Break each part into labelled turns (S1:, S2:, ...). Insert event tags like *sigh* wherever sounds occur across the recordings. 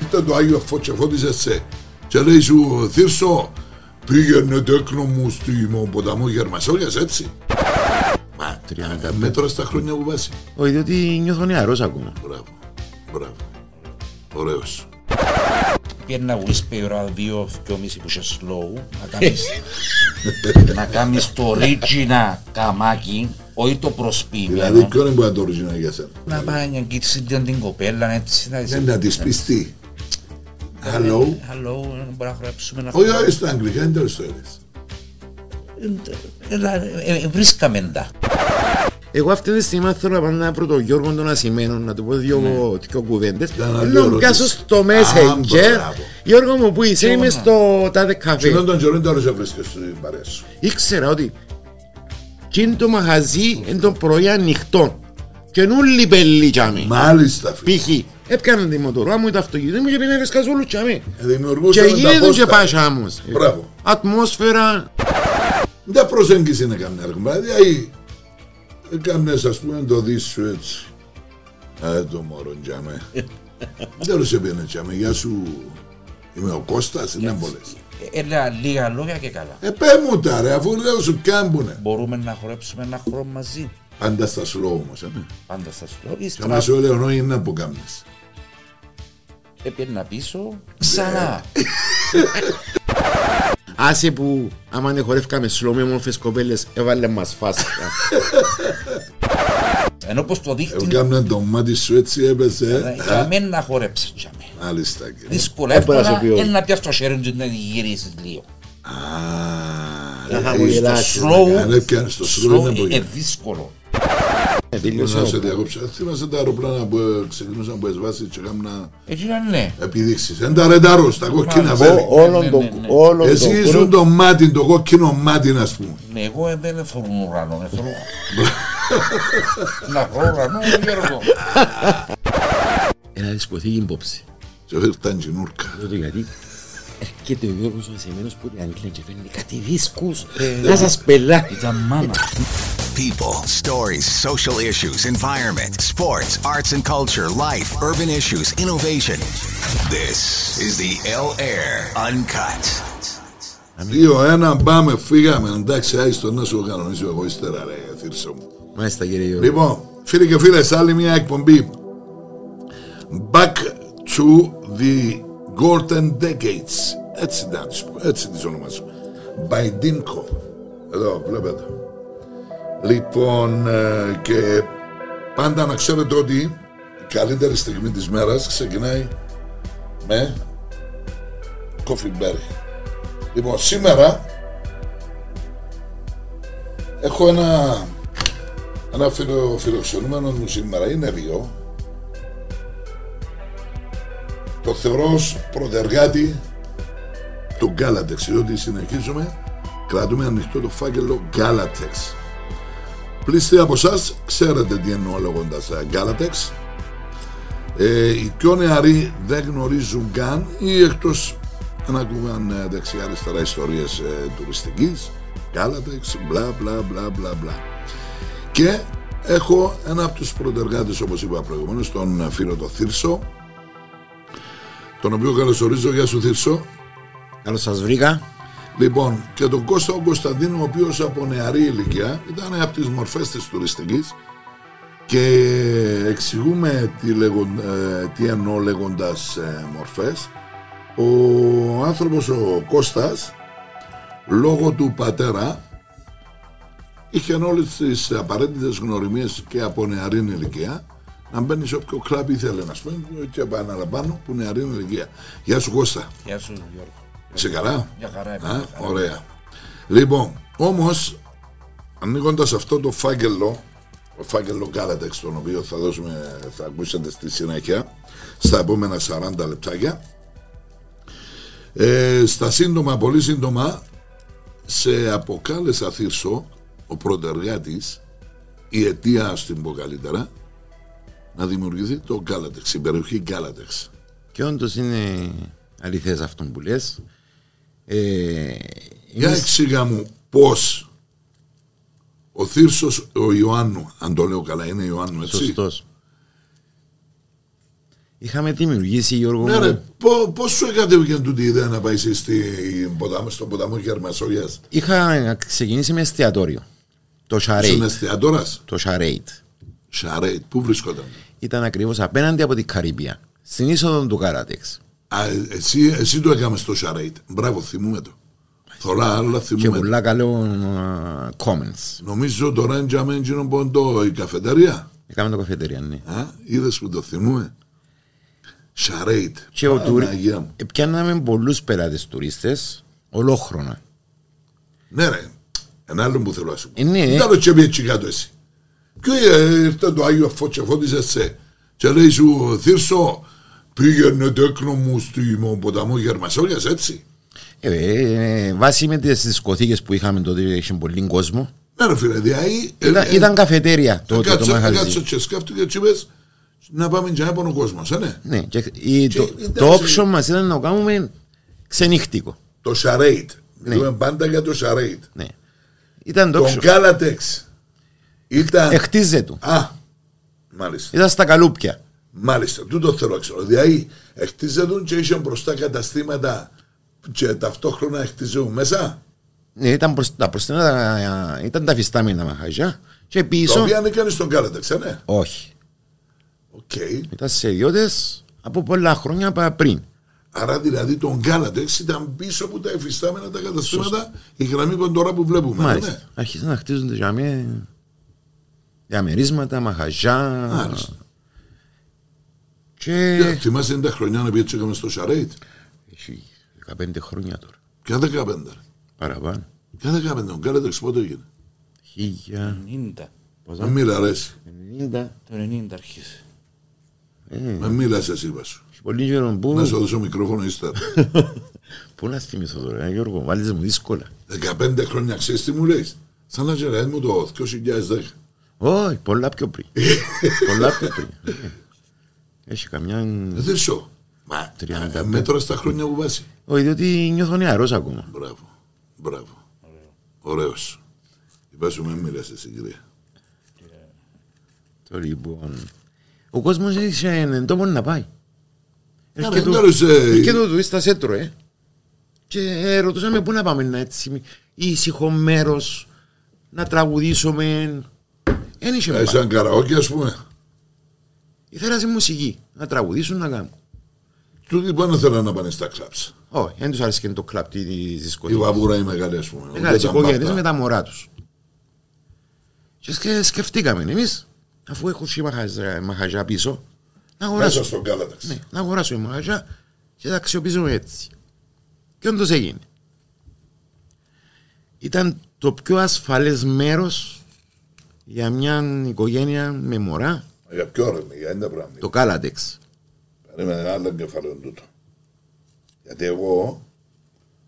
S1: Ήρθε το Άγιο Φωτσεφώτιζε σε και λέει σου Θύρσο πήγαινε το έκνο μου στο ποταμό Γερμασόλιας έτσι. Μα
S2: 35.
S1: 30 μέτρα στα χρόνια που βάζει.
S2: Όχι, διότι νιώθω νεαρός ακόμα.
S1: Μπράβο, μπράβο. Ωραίος.
S3: Πήρνα whisky ώρα δύο, δυο μισή που είσαι slow, να κάνεις,
S1: *laughs*
S3: να κάνεις το ρίτσινα καμάκι, όχι το
S1: Δηλαδή
S2: Ναι.
S3: προσπίμιο.
S1: ποιο είναι που είναι το original για σένα.
S3: Να πάει να αγγίξει την την κοπέλα, έτσι, να
S1: Δεν να της πεις τι.
S2: Ναι.
S1: Hello.
S3: Hello, δεν μπορούμε να γράψουμε να
S1: Όχι, όχι, στα αγγλικά είναι τέλος το
S2: Ναι.
S1: έλεγες.
S3: Έλα, ε, ε, Βρίσκαμε τα.
S2: Εγώ αυτή τη στιγμή θέλω να πάω να βρω τον Γιώργο τον Ασημένον να του πω δύο, δύο κουβέντες.
S1: Για Ναι. να
S2: Θέλω
S1: λέω
S2: να μου πιάσω
S1: ρωτήσεις.
S2: στο
S1: Α,
S2: Messenger.
S1: μπράβο. ναι.
S2: Γιώργο μου που είσαι, είμαι
S3: Γιώργο.
S2: στο τάδε
S1: Και
S2: καφέ.
S1: τον τον Τζορίντα όλος έβρισκες στην παρέα σου.
S2: Ναι. Ήξερα ότι εκείνο το μαγαζί είναι το πρωί ανοιχτό. Και νουλή πελή τσάμι.
S1: Μάλιστα φίλε.
S2: Π.χ. έπιανα τη μοτορά μου ή το αυτοκίνητο μου και πήγαινα ρεσκαζόλου τσάμι. Και
S1: Δημιουργούσαμε τα
S2: γίνεται και
S1: πόστα. ε.
S2: πάσα άμμος.
S1: Μπράβο.
S2: Ατμόσφαιρα.
S1: Δεν προσέγγιση είναι καμιά αρκούμπα. Δηλαδή, έκανες ας πούμε το δεις σου έτσι. Α, το μωρό τζάμε. Δεν σε πιάνε τζάμε. Γεια σου. Είμαι ο Κώστας, είναι πολλές.
S3: Έλα λίγα λόγια και καλά.
S1: Ε, πέ μου τα ρε, αφού λέω σου κάμπουνε.
S3: Μπορούμε να χορέψουμε ένα χρόνο μαζί.
S1: Πάντα στα slow όμως, ε.
S3: Πάντα στα slow.
S1: Και να
S3: Ύστερα
S1: σου λέω, νόη είναι που κάμνες.
S3: έπαιρνα πίσω,
S1: Ε,
S3: ξανά.
S2: Άσε που άμα δεν χορεύκαμε σλό με μόρφες κοπέλες έβαλε μας
S1: *laughs*
S2: φάσκα.
S1: ε,
S3: Ενώ πως το δείχνει, ε,
S1: Έκαμνε το μάτι σου έτσι έπεσε. ε.
S3: για μένα να χορέψεις για μένα.
S1: Μάλιστα κύριε.
S3: Δύσκολα,
S2: Δεν μπορώ να
S3: εύκολα,
S2: σου πει όχι.
S3: είναι να πιάσεις το χέρι του να γυρίσεις λίγο.
S1: Α,
S2: Να
S1: ε,
S2: χαμογελάσεις.
S1: αν
S3: Slow,
S1: έπιανες το slow είναι
S3: slow
S1: που
S3: είναι
S1: γίνεται.
S3: ε, δύσκολο.
S2: Ε,
S1: Να σε
S2: Τελειώσε.
S1: διακόψω. Θυμάσαι τα αεροπλάνα που ε, ξεκινούσαν από εσβάσεις και κάμνα
S3: Εκείνα ναι.
S1: επιδείξεις. Εν τα ρεντάρω στα κόκκινα
S3: Μα,
S1: βέλη.
S2: Ό- Όλον
S3: Ναι,
S2: τον
S3: ναι, ναι.
S2: όλον
S1: Εσύ
S2: τον
S1: ήσουν
S2: γκρουπ.
S1: το μάτι, το κόκκινο μάτι να πούμε.
S3: Ναι, εγώ ε, δεν φορούν ουρανό, δεν φορούν. Να φορώ ουρανό, ε, Γιώργο.
S2: Ένα δισκοθήκη υπόψη.
S1: Και ήρθαν τσινούρκα.
S2: Τότε γιατί έρχεται ο Γιώργος ο Ασημένος που την Αγγλία και φέρνει κάτι δίσκους να σας πελάει.
S3: Ήταν μάνα.
S4: People, stories, social issues, environment, sports, arts and culture, life, urban issues, innovation. This is the L Air Uncut.
S1: Δύο, ένα, πάμε, φύγαμε. Εντάξει, άιστο να σου κανονίσω εγώ ύστερα, ρε, θύρσο μου.
S2: Μάλιστα κύριε Γιώργο.
S1: Λοιπόν, φίλοι και φίλες, άλλη μια εκπομπή. Back to the Golden Decades. Έτσι να τις πω, έτσι τις ονομάζω. By Dinko. Εδώ, βλέπετε. Λοιπόν, ε, και πάντα να ξέρετε ότι η καλύτερη στιγμή της μέρας ξεκινάει με Coffee Berry. Λοιπόν, σήμερα έχω ένα ένα φιλο, φιλοξενούμενο μου σήμερα είναι δύο. Το θεωρώ ως πρωτεργάτη του Galatex, διότι συνεχίζουμε, κρατούμε ανοιχτό το φάκελο Galatex. Πλήστε από εσάς, ξέρετε τι εννοώ λέγοντας Galatex. Ε, οι πιο νεαροί δεν γνωρίζουν καν ή εκτός αν ακούγαν ε, δεξιά-αριστερά ιστορίες ε, τουριστικής. Galatex, μπλα μπλα μπλα μπλα μπλα. Και έχω ένα από τους πρωτεργάτες, όπως είπα προηγουμένως, τον φίλο τον Θύρσο, τον οποίο καλωσορίζω. Γεια σου Θύρσο.
S2: Καλώς σας βρήκα.
S1: Λοιπόν, και τον Κώστα ο Κωνσταντίνο, ο οποίος από νεαρή ηλικία ήταν από τις μορφές της τουριστικής και εξηγούμε τι, λέγον- ε, τι εννοώ λέγοντας ε, μορφές. Ο άνθρωπος ο Κώστας, λόγω του πατέρα, είχε όλες τις απαραίτητες γνωριμίες και από νεαρή ηλικία να μπαίνει σε όποιο κλαμπ ήθελε να σου και επαναλαμβάνω που νεαρή ηλικία. Γεια σου Κώστα,
S3: Γεια σου Γιώργο.
S1: είσαι καλά.
S3: Μια χαρά είμαι.
S1: Α,
S3: μια χαρά.
S1: ωραία. Λοιπόν, όμως, ανοίγοντας αυτό το φάκελο, το φάκελο Κάλατεξ, τον οποίο θα, δώσουμε, θα ακούσετε στη συνέχεια, στα επόμενα 40 λεπτάκια, ε, στα σύντομα, πολύ σύντομα, σε αποκάλεσα θύρσο, ο πρωτεργάτης, η αιτία, ας την πω καλύτερα, να δημιουργηθεί το Κάλατεξ, η περιοχή Κάλατεξ.
S2: Και όντως είναι αληθές αυτό που λες. Ε,
S1: Για
S2: εμείς-
S1: εξήγα μου πώς ο Θύρσος, ο Ιωάννου, αν το λέω καλά, είναι Ιωάννου, έτσι.
S2: Σωστός. Είχαμε δημιουργήσει, Γιώργο
S1: Ναι, ρε,
S2: μου.
S1: πώ- πώς σου εκατέβηκε τούτη η ιδέα να πάει εσύ στην ποτάμο, στον ποταμό Γερμασόγιας.
S2: Είχα ξεκινήσει με εστιατόριο. Το
S1: Στην
S2: Charade.
S1: εστιατόρας.
S2: Το Charade.
S1: Σαρέιτ, πού βρισκόταν.
S2: Ήταν ακριβώς απέναντι από την Καρibία. Στην είσοδο του Καράτεξ.
S1: Α, ε, εσύ, εσύ το έκαμε στο Σαρέιτ. Μπράβο, θυμούμε το. Θωρά, αλλά
S2: Και
S1: θυμούμε. το.
S2: πολλά καλό α, comments.
S1: Νομίζω τώρα είναι τζαμέ εκείνο ποντό η καφεταρία.
S2: Έκαμε το καφετέρια, ναι.
S1: Α, είδες που το θυμούμε. Σαρέιτ.
S2: Και ο τουρ...
S1: Παναγία μου.
S2: ε, πιάναμε πολλούς πελάτες τουρίστες, ολόχρονα.
S1: Ναι ρε, ένα άλλο που θέλω να σου πω.
S2: Ε, ναι.
S1: Ήταν ο τσέπι έτσι κάτω εσύ. Και ε, ήρθε το Άγιο Φω- και φώτιζε σε. Και λέει σου, Θύρσο, πήγαινε το έκνο μου στο ποταμό Γερμασόγιας, έτσι.
S2: Ε, ε, ε, βάσει με τις δισκοθήκες που είχαμε τότε, είχε πολύ κόσμο.
S1: Ναι ρε φίλε, δηλαδή... ε,
S2: Ήταν,
S1: ε,
S2: ήταν καφετέρια τότε το
S1: Κάτσε,
S2: μαγαζί.
S1: κάτσε και σκέφτηκε και είπες, να πάμε και να πάνε ο κόσμος, ε, ναι.
S2: Ναι, και, η,
S1: Και
S2: το,
S1: ήταν
S2: το
S1: σε-
S2: option μας ήταν να κάνουμε ξενύχτικο.
S1: Το Σαρέιτ. Μιλούμε πάντα για το Σαρέιτ.
S2: Ναι. Ήταν το
S1: Τον
S2: option.
S1: Κάλατεξ. Ήταν...
S2: Εχτίζε του.
S1: Α, μάλιστα.
S2: Ήταν στα καλούπια.
S1: Μάλιστα, τούτο θέλω να ξέρω. Δηλαδή, χτίζονταν και είχε μπροστά καταστήματα και ταυτόχρονα χτίζουν μέσα.
S2: Ναι, ήταν προς, τα προς, τα- ήταν τα φυστάμινα μαχαζιά και
S1: Τα
S2: πίσω...
S1: οποία αν έκανες στον Κάλατεξ, ε, ναι.
S2: Όχι.
S1: Οκ.
S2: Ήταν σε ιδιώτες από πολλά χρόνια πα- πριν.
S1: Άρα δηλαδή τον Κάλατεξ ήταν πίσω από τα εφιστάμενα τα καταστήματα η γραμμή κοντορά που βλέπουμε. ε,
S2: Μάλιστα.
S1: Ναι.
S2: Άρχισαν να χτίζονται για μέ... διαμερίσματα, μαχαζιά.
S1: Μάλιστα.
S2: Και.
S1: Ε... Θυμάσαι τα χρονιά να πήγε έκαμε στο Σαρέιτ.
S2: Έχει 15 χρόνια τώρα.
S1: Ποια 15. ρε.
S2: Παραπάνω.
S1: Ποια 15. Ο Κάλατεξ πότε έγινε.
S3: 90.
S1: Με μίλα αρέσει.
S2: 1090.
S3: Το 90 αρχίζει.
S1: Με μίλα σε είπα σου.
S2: Ε, Έχει πολύ καιρό που.
S1: Να σου δώσω μικρόφωνο ύστερα.
S2: Πού να θυμηθώ τώρα, ε, Γιώργο, βάλεις μου δύσκολα.
S1: 15 χρόνια ξέρεις τι μου λες. Σαν να γεράει μου το 2010.
S2: Όχι, πολλά
S1: *laughs*
S2: πιο πριν. πολλά πιο πριν. Ε, Έχει καμιά.
S1: Δεν σου. Μα,
S2: 35.
S1: ε, μέτρα στα χρόνια που βάζει.
S2: Όχι, διότι νιώθω νεαρός ακόμα.
S1: Μπράβο. Μπράβο. Ωραίος. Είπα σου με μοίρασε εσύ κυρία.
S2: Το λοιπόν. Ο κόσμος έχει έναν τόπο να πάει.
S1: Άρα,
S2: Έρχεται ο-
S1: εντάρρωσε, ε,
S2: Και το του στα σέτρο, ε. Και ε, ρωτούσαμε πού να πάμε να έτσι ήσυχο μέρος να τραγουδήσουμε. Εν είχε
S1: ε,
S2: πάει.
S1: Σαν καραόκι ας πούμε.
S2: Ήθελα σε μουσική, να τραγουδήσουν να κάνουν.
S1: Τούτοι πάνω θέλαν να πάνε στα κλαψ.
S2: Όχι, δεν τους άρεσε και το κλαπ τη
S1: Η
S2: δισκοτή.
S1: βαβούρα η μεγάλη ας πούμε.
S2: Μεγάλε
S1: Ούτε τα
S2: οικογένειες με
S1: μπάρτα.
S2: τα μωρά τους. Και σκε- σκεφτήκαμε εμείς, αφού έχω σι μαχαζά- μαχαζά πίσω, να
S1: Μέσα
S2: αγοράσω.
S1: στον κάλαταξ.
S2: Ναι, να αγοράσω η μαγαζιά και τα αξιοποιήσουμε έτσι. Και όντως έγινε. Ήταν το πιο ασφαλές μέρος για μια οικογένεια με μωρά,
S1: Για ποιο ρε, για είναι τα πράγματα.
S2: το Κάλατεξ.
S1: Περίμενε άλλο κεφάλαιο τούτο. Γιατί εγώ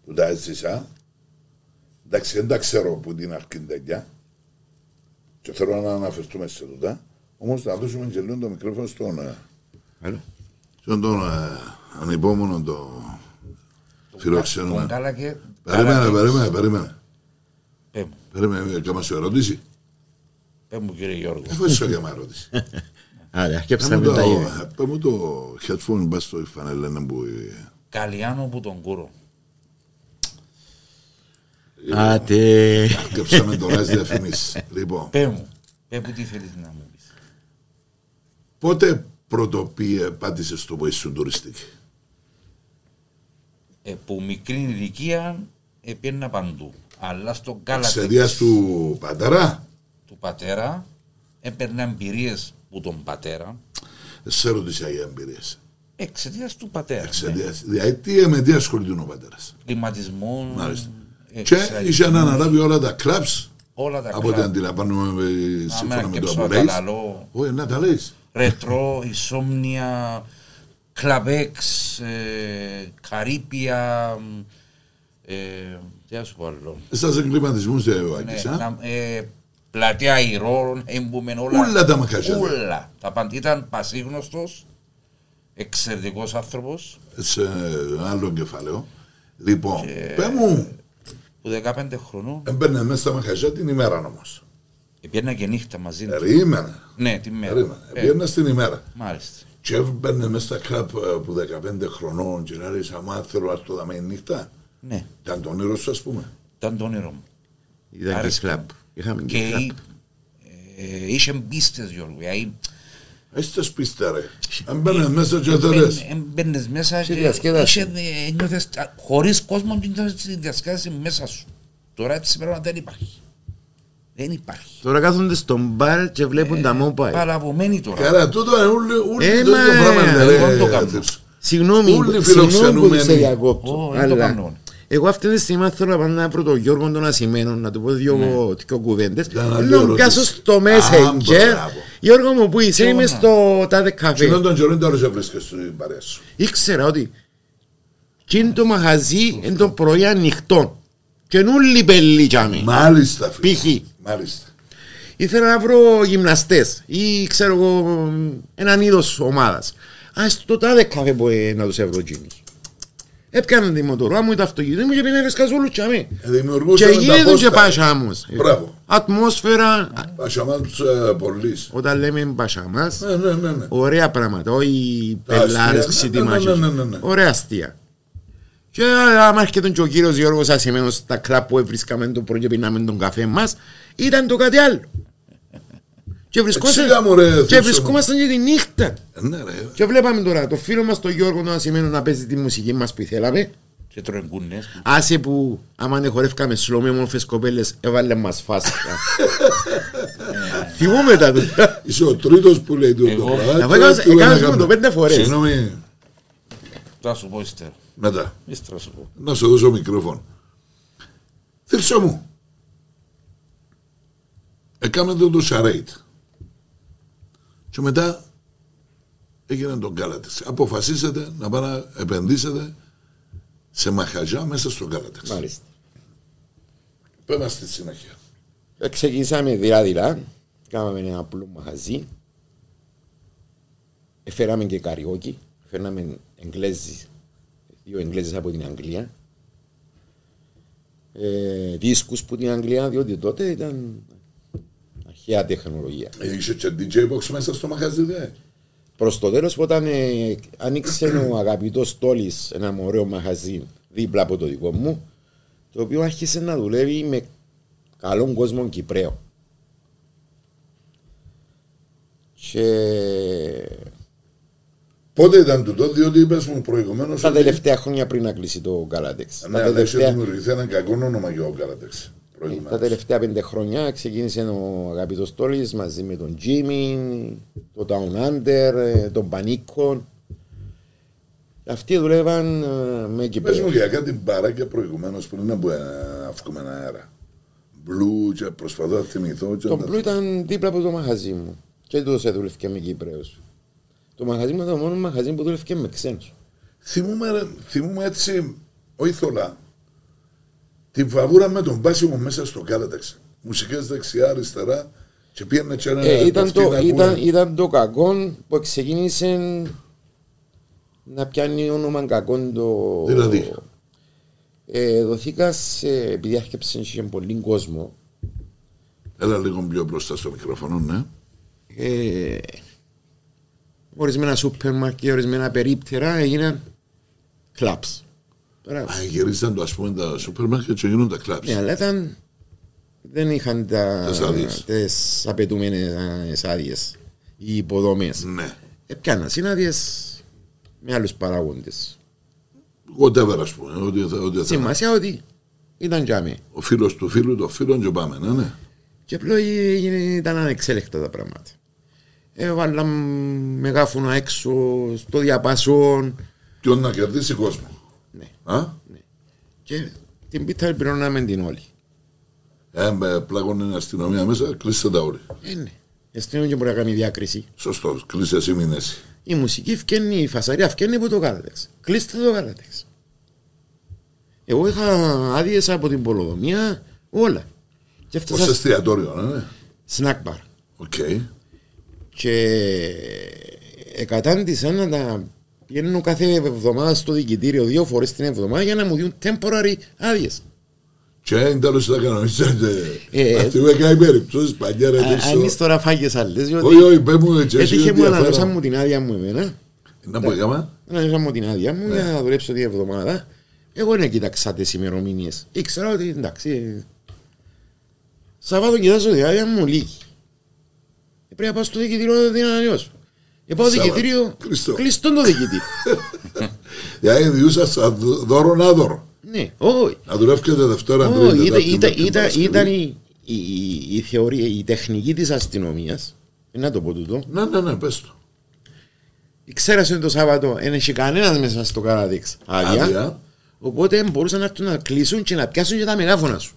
S1: που τα έζησα, εντάξει δεν τα ξέρω που την αρχή τέτοια και θέλω να αναφερθούμε σε τούτα, όμως να δώσουμε και λίγο το μικρόφωνο στον, ε, στον τον, ε, ανυπόμονο το
S3: Τον
S1: φιλοξενούμενο.
S3: καλά και.
S1: Ναι. Περίμενε, περίμενε, περίμενε.
S3: Πε μου,
S1: Περίμενε, ε, έκανα σου ερώτηση.
S3: πε μου κύριε Γιώργο.
S1: Δεν σου έκανα ερώτηση.
S2: Άρα,
S1: Πες μου
S2: αρκέψαμε
S1: το- ε,
S2: τα ίδια.
S1: Πες μου το headphone, μπας στο φανέλα να μπει.
S3: Καλιάνο που τον κούρο.
S2: Άτε.
S1: Κάψαμε τώρα στις διαφημίσεις. Λοιπόν.
S3: Πε μου, πε μου τι θέλεις να μου πεις.
S1: Πότε πρωτοπίε πάτησε στο βοηθού τουριστική.
S3: Ε, που μικρή ηλικία έπαιρνα παντού. Αλλά στον κάλατε
S1: Εξαιτία του πατέρα,
S3: του πατέρα έπαιρνα εμπειρίες που τον πατέρα
S1: σε ρωτήσα για εμπειρίες.
S3: εξαιτίας του πατέρα. Ε, Ναι.
S1: Εξαιτία. Δηλαδή, τι με τι ασχολείται ο πατέρας.
S3: Κλιματισμό.
S1: Μάλιστα.
S3: ε,
S1: Και
S3: εξαιτίας-
S1: είχε να αναλάβει όλα τα κλαμπς
S3: όλα τα
S1: από ό,τι
S3: κλαμπ.
S1: αντιλαμβάνομαι ε,
S3: Να ναι,
S1: σύμφωνα
S3: μην
S1: με το
S3: αρκεψώ να
S1: που λέει.
S3: τα λαλώ.
S1: Όχι, ε, να τα λέει.
S3: Ρετρό, Ισόμνια, Κλαμπέξ, ε, Καρύπια. Ε, τι να σου πω άλλο.
S1: Στα εγκληματισμού δεν
S3: Ναι,
S1: Βάκης, α.
S3: να- ε, πλατεία Ηρών, έμπουμε όλα.
S1: Ούλα τα μαχαζιά.
S3: Ούλα. Τα πάντα ήταν πασίγνωστος, εξαιρετικός άνθρωπος,
S1: Σε άλλο κεφάλαιο. Λοιπόν, πε μου,
S3: που 15 χρονών
S1: έμπαιρνε μέσα στα μαχαζιά την ημέρα όμως.
S3: πήγαινα και νύχτα μαζί του.
S1: Περίμενε.
S3: Ναι, τη μέρα.
S1: Περίμενε.
S3: Ε,
S1: Πήγαινε στην ημέρα.
S3: Μάλιστα.
S1: Και έμπαινε μέσα στα κλαμπ ε, που 15 χρονών και να λες αμά θέλω ας το δάμε η νύχτα.
S3: Ναι,
S1: Ήταν το όνειρο σου ας πούμε.
S3: ήταν το όνειρο μου.
S2: Ήταν και
S3: Άρεσε.
S2: κλαμπ. Είχαμε
S3: Και
S2: και κλαμπ.
S3: η- ε, είχε μπίστες Γιώργο. δηλαδή,
S1: Εσύ τα σπίστε ρε. Αν μπαίνες μέσα και θέλες.
S3: έμπαινε- Έμπαινες μέσα και
S2: διασκέδαση.
S3: είχε, ε, ένιωθες, α, χωρίς κόσμο και ένιωθες τη διασκέδαση μέσα σου. Τώρα της σήμερα δεν υπάρχει. Δεν υπάρχει.
S2: Τώρα κάθονται στον μπαρ και βλέπουν
S3: Ε,
S2: τα mobile.
S3: Παραβωμένη τώρα.
S1: Καλά, τούτο είναι ούλοι, ούλοι
S2: Ε,
S1: το
S2: μα,
S1: ίδιο πράγμα είναι, ρε. ε,
S3: εγώ το κάνω.
S1: Άντρες.
S2: Συγγνώμη,
S1: Όλοι
S2: συγγνώμη που
S1: φιλοξενούμενοι.
S2: σε διακόπτω.
S3: Ω, δεν το
S2: Αλλά
S3: κάνω.
S2: εγώ αυτή τη στιγμή θέλω να πάω να βρω τον Γιώργο τον Ασημένο, να του πω δύο, δύο κουβέντες.
S1: Ναι. Για να
S2: Θέλω να
S1: δύο
S2: τον πιάσω
S1: ερωτήσεις.
S2: στο
S1: Α,
S2: Messenger.
S1: μπράβο.
S2: Γιώργο μου, πού είσαι,
S3: Γιώργο,
S2: είμαι
S3: να.
S2: στο τάδε
S1: Και
S2: καφέ.
S1: όταν τον καιρό τώρα σε βρίσκεσαι στην παρέα σου.
S2: Ήξερα ότι και το μαγαζί είναι το πρωί ανοιχτό. Και νουλή πελίτια με.
S1: Μάλιστα φίλε.
S2: Π.χ.
S1: Μάλιστα.
S2: Ήθελα να βρω γυμναστές ή ξέρω εγώ έναν είδος ομάδας. Α το τάδε καφέ που ε, να τους έβρω τζίνου. Έπιανα τη μοτορά μου, το αυτοκίνητο μου και πήγαινα βρίσκα όλου τσαμί.
S1: Ε, Δημιουργούσαμε
S2: Και
S1: τα
S2: γίνεται
S1: πόστα,
S2: και
S1: ρε.
S2: πάσα μου.
S1: Μπράβο.
S2: Ατμόσφαιρα,
S1: Πασαμά τους ε, πολλής.
S2: όταν λέμε πάσα μα,
S1: Ναι, ναι, ναι. ναι.
S2: ωραία πράγματα. Όχι
S1: Τα αστεία,
S2: πελάρες,
S1: ναι, ναι, ναι, ναι, ναι.
S2: ξυτιμάχε. Ωραία αστεία. Και άμα έρχεται και ο κύριος Γιώργος Ασημένος στα κλαπ που βρίσκαμε το πρωί και πίναμε τον καφέ μας, ήταν το κάτι άλλο.
S1: Ε,
S2: Και βρισκόσα-
S1: Εξήγα μου, ρε,
S2: και
S1: θύψε
S2: βρισκόμασταν και τη νύχτα.
S1: Ε, Ναι ρε.
S2: Και βλέπαμε τώρα το φίλο μας τον Γιώργο τον Ασημένο να παίζει τη μουσική μας που ήθελαμε.
S3: Και τρογκούνες.
S2: Άσε που άμα δεν χορεύκαμε σλόμι όμορφες κοπέλες έβαλε μας
S1: *laughs*
S2: φάσκα. Θυμούμε τα τούτα.
S1: Είσαι ο τρίτος που λέει τούτο
S3: Εγώ.
S1: πράγμα.
S2: Αφού
S1: Τώρα
S2: έκανες-
S1: τι
S2: έκανες
S1: να
S2: μόνο
S1: κάνω.
S2: πέντε φορές.
S1: Συγγνώμη.
S3: Θα σου πω ύστερα.
S1: Μετά.
S3: Ύστερα σου πω.
S1: Να σου δώσω μικρόφωνο. Θύψε μου. Έκαμε το το Σαρέιτ. Και μετά έγινε τον Κάλατεξ. Αποφασίσατε να πάνε να επενδύσετε σε μαχαζιά μέσα στο Κάλατεξ.
S2: Μάλιστα.
S1: Πέμε στη συνέχεια.
S2: Ε, Ξεκινήσαμε δειλά-δειλά. Κάναμε ένα απλό μαγαζί. Έφεραμε και καριόκι. Φέρναμε Εγγλέζοι. Δύο Εγγλέζες από την Αγγλία. Ε, δίσκους που την Αγγλία, διότι τότε ήταν αρχαία τεχνολογία.
S1: Ε, Είχε και DJ box μέσα στο μαχαζί, δε.
S2: Προς το τέλος, όταν ε, άνοιξε ο αγαπητός Τόλης ένα ωραίο μαχαζί δίπλα από το δικό μου, το οποίο άρχισε να δουλεύει με καλόν κόσμο Κυπρέο. Και
S1: Πότε ήταν τούτο, διότι είπες μου προηγουμένως...
S2: τα
S1: ότι-
S2: τελευταία χρόνια πριν να κλείσει το Galatex.
S1: Ναι,
S2: τα,
S1: αλλά είχε
S2: τελευταία,
S1: δημιουργηθεί ένα κακό όνομα για ο Κάλατεξ.
S2: τα τελευταία πέντε χρόνια ξεκίνησε ο αγαπητός Τόλης μαζί με τον Τζίμιν, τον Down Under, ε, τον Πανίκο. Αυτοί δουλεύαν ε, με
S1: Πες
S2: Κυπρέο.
S1: μου για κάτι μπαράκια προηγουμένως πριν να μπω να βγούμε ένα αέρα. Μπλου και προσπαθώ να θυμηθώ. Και
S2: Το
S1: να-
S2: μπλου ήταν δίπλα από το μαγαζί μου. Και του έδουλευε και με Κύπρεος. Το μαγαζί μου ήταν το μόνο μαγαζί που δούλευε και με ξένους.
S1: Θυμούμε, ρε, θυμούμε έτσι, όχι θολά, τη βαβούρα με τον Πάση μου μέσα στο κάλαταξ. Μουσικές δεξιά, αριστερά και πήγαινε και ένα
S2: Ε, ήταν,
S1: κοφτή
S2: το,
S1: να
S2: ήταν,
S1: ακούνε.
S2: ήταν το κακό που ξεκίνησε να πιάνει όνομα κακό το.
S1: Δηλαδή.
S2: Ε, δοθήκα σε, επειδή άρχισε και πολύ κόσμο.
S1: Έλα λίγο πιο μπροστά στο μικρόφωνο, ναι.
S2: Ε, ορισμένα σούπερ μάρκετ, ορισμένα περίπτερα έγιναν κλαμπς. Τώρα,
S1: Α, γυρίζαν το ας πούμε τα σούπερ μάρκετ και γίνουν τα κλαμπς.
S2: Ναι, αλλά ήταν. Δεν είχαν τα,
S1: Τις άδειες.
S2: τις απαιτούμενες ε, άδειες, οι υποδομές.
S1: Ναι.
S2: Έπιανα συνάδειες με άλλους παράγοντες.
S1: Whatever ας πούμε, ό,τι θα- ό,τι θα
S2: Σημασία ότι ήταν για μέ.
S1: Ο φίλος του φίλου, το φίλον και πάμε, ναι, ναι.
S2: Και απλώ έγινε- ήταν ανεξέλεκτα τα πράγματα. Έβαλα μεγάφωνα έξω στο διαπασόν
S1: Ποιον να κερδίσει κόσμο.
S2: Ναι.
S1: Α?
S2: και την πίτα την πληρώναμε την όλη.
S1: Ε, με πλάγωνε η αστυνομία μέσα, κλείστε τα όρια.
S2: Ε, ναι. Εστίνο και μπορεί να κάνει διάκριση.
S1: Σωστό, κλείσε εσύ μην εσύ.
S2: Η μουσική φκένει, η φασαρία φκένει από το Γάλατεξ. Κλείστε το Γάλατεξ. Εγώ είχα άδειες από την Πολοδομία, όλα. Και
S1: Ως
S2: έφτασα
S1: εστιατόριο, ναι, ναι.
S2: snack bar.
S1: Οκ.
S2: Και εκατάντησα να τα πηγαίνω κάθε εβδομάδα στο διοικητήριο δύο φορές την εβδομάδα για να μου δίνουν temporary άδειες.
S1: Και εν τέλος θα κανονίσατε.
S2: Ε,
S1: ναι. Αυτή που έκανε περιπτώσεις παλιά ρε
S2: Α- Αν
S1: τέσσερα.
S2: είσαι τώρα φάγες άλλες, διότι
S1: Ε, Όχι, όχι, πες μου έτσι, εσύ
S2: έτυχε
S1: ότι
S2: μου να
S1: αφορά.
S2: δώσαν μου την άδεια μου εμένα.
S1: Να πω έκαμα.
S2: Να δώσαν μου την άδεια
S1: Ναι.
S2: μου για να δουλέψω τη εβδομάδα. Εγώ δεν κοίταξα τις ημερομηνίες. Ήξερα ότι εντάξει. ε, Σαββάτο κοιτάζω την άδεια μου λίγη. Ε, Πρέπει να πάω στο δικητήριο να την ανανεώσω. Ε, πάω
S1: Σάββατο.
S2: δικητήριο,
S1: Κλειστό.
S2: κλειστό το
S1: *laughs*
S2: δικητήριο.
S1: Δηλαδή διούσα σαν δ- δώρο άδωρο.
S2: ναι, όχι.
S1: Να δουλεύκετε Δευτέρα,
S2: Ω,
S1: Τρίτη,
S2: ήταν-
S1: Τετάρτη,
S2: ήταν-
S1: Πέμπτη,
S2: ήταν-
S1: Παρασκευή.
S2: Ήταν η- η- η θεωρία, η τεχνική της αστυνομίας, Ε, να το πω τούτο,
S1: Ναι, ναι, ναι, πες το.
S2: ξέρασε ότι το Σάββατο δεν έχει κανένας μέσα στο καράδεξ άδεια,
S1: Άδεια.
S2: οπότε μπορούσαν να έρθουν να κλείσουν και να πιάσουν και τα μεγάφωνα σου.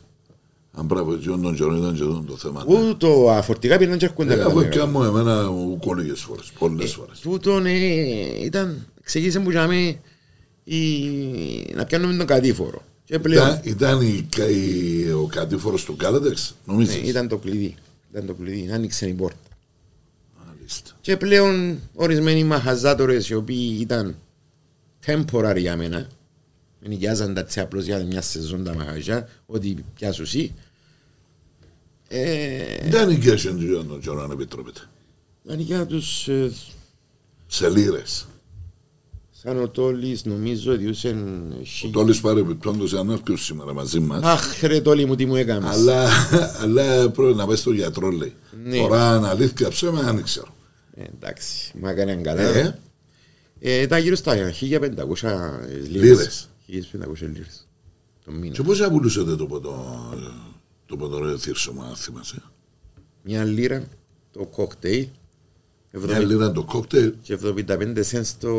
S1: Αν πράγμα, έτσι όντων καιρών ήταν και εδώ το θέμα. ναι.
S2: Ούτω α, φορτηγά πήγαιναν και έρχονταν
S1: Ε,
S2: τα
S1: Αφού
S2: μεγάφωνα.
S1: και μου εμένα μου κόλληγες φορές, πολλές φορές.
S2: Τούτον ε, ήταν, ξεκίνησε που είχαμε η- να πιάνουμε τον κατήφορο. Και πλέον
S1: Ήταν- Ήταν η- κα- η- ο κατήφορος του Κάλατεξ,
S2: ναι,
S1: νομίζεις.
S2: ήταν το κλειδί, ήταν το κλειδί, άνοιξε η πόρτα.
S1: Μάλιστα.
S2: Και πλέον ορισμένοι μαχαζάτορες οι οποίοι ήταν temporary για μένα, νοικιάζαν τα τσιά απλώς για μια σεζόν τα μαχαζιά, ό,τι πιάσουν εσύ, ε,
S1: Δεν νοικιάσαν του Ιωάννου Τζοράν, αν επιτρέπετε. Ναι.
S2: τα νοικιά τους ε,
S1: Σε λίρες.
S2: σαν ο Τόλης νομίζω διούσεν
S1: Ο
S2: χι...
S1: Τόλης παρεμπιπτόντως αν έρθει σήμερα μαζί μας.
S2: Αχ ρε Τόλη μου τι μου έκανες.
S1: Αλλά, αλλά πρέπει να πάει στο γιατρό, λέει.
S2: Ναι.
S1: Τώρα αν αλήθεια ψέμα, δεν ξέρω.
S2: Ε, εντάξει, μα έκαναν καλά.
S1: Ε,
S2: Ε, ήταν γύρω στα 1500 λίρες.
S1: Λίρες.
S2: 1500 λίρες. Το μήνα.
S1: και πώς θα πουλούσατε το ποτό, το ποτό θύρσωμα, αν θυμάσαι.
S2: Μια λίρα το κοκτέιλ.
S1: Μια λίρα το κόκτελ,
S2: και 75 cents το...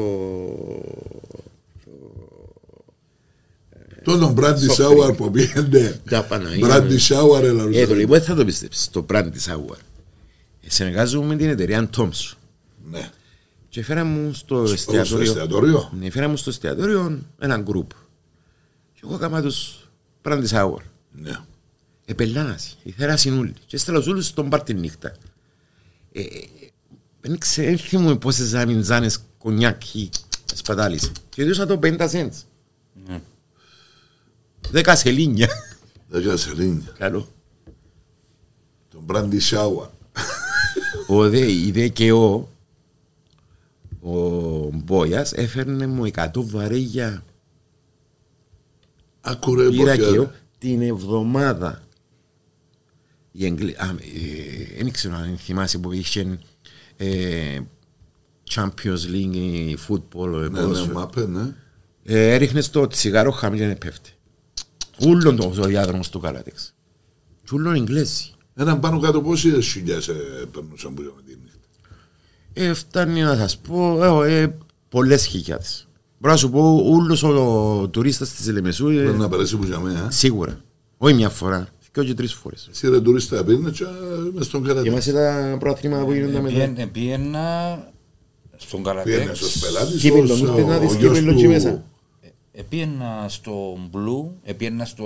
S1: το τον brandy
S2: soft
S1: sour
S2: drink.
S1: που πήγαινε.
S2: Τα Παναγία.
S1: Brandy sour, έλα,
S2: Ε, το
S1: ρωσέ.
S2: λοιπόν θα το πιστέψεις, το brand της Hour. Ε, Συνεργάζομαι με την εταιρεία Tom's
S1: Ναι.
S2: και φέρα μου στο
S1: Στο
S2: εστιατόριο,
S1: εστιατόριο.
S2: ναι, φέρα μου στο εστιατόριο έναν group. Και εγώ έκανα τους brand της Hour.
S1: Ναι.
S2: Επελάνας, η θέρα συνούλη και έστελα τους όλους στον πάρτι νύχτα. Ε, ε, δεν ξέρω, δεν θυμούμαι πόσες αμιντζάνες κονιάκ ή σπατάλης. Και δώσα το 50 cents.
S3: Ναι.
S2: 10 σελίνια.
S1: Δέκα σελίνια.
S2: Καλό.
S1: Το brandy sour.
S2: ο δε, η δε και ο, ο Μπόιας έφερνε μου 100 βαρύγια
S1: Άκουρε
S2: πήρα και
S1: ποτέ.
S2: ο την εβδομάδα. Η Εγγλή... Α, ε, δεν ξέρω αν θυμάσαι που είχε ε, Champions League ε, football. ε,
S1: Ναι, ναι,
S2: ποδόσφαιρο.
S1: μάπε, ναι.
S2: ε, έριχνες το τσιγάρο χάμι και δεν πέφτει. Ούλον το ο διάδρομος του Καλάτεξ. Ούλον Ιγγλέζοι.
S1: Έναν πάνω κάτω πόσες χιλιάς ε, περνούσαν που είχαμε τη νύχτα.
S2: Ε, φτάνει να σας πω, ε, ε, πολλές χιλιάδες. Μπορώ να σου πω, όλος ο τουρίστας της Λεμεσού ε,
S1: Πρέπει να περάσει που είχαμε, ε.
S2: σίγουρα. Όχι μια φορά, και όχι τρεις φορές.
S1: Εσύ ρε τουρίστα πήρνε και ε, μες στον
S2: Και
S1: καρατέ.
S2: μας τα προαθλήματα που
S1: ε,
S2: γίνονταν μετά.
S3: Επίεν- Επίαινα Ε, στον
S1: Πήγαινε
S3: Καλατέξ.
S1: στους πελάτης,
S2: ε. Κύπελλο,
S1: ως,
S2: μου
S1: ο-
S2: στενάδεις,
S1: ο γιος
S2: κύπελλο
S1: του-
S2: και μέσα.
S3: Επίαινα στο Μπλου, επίαινα στο.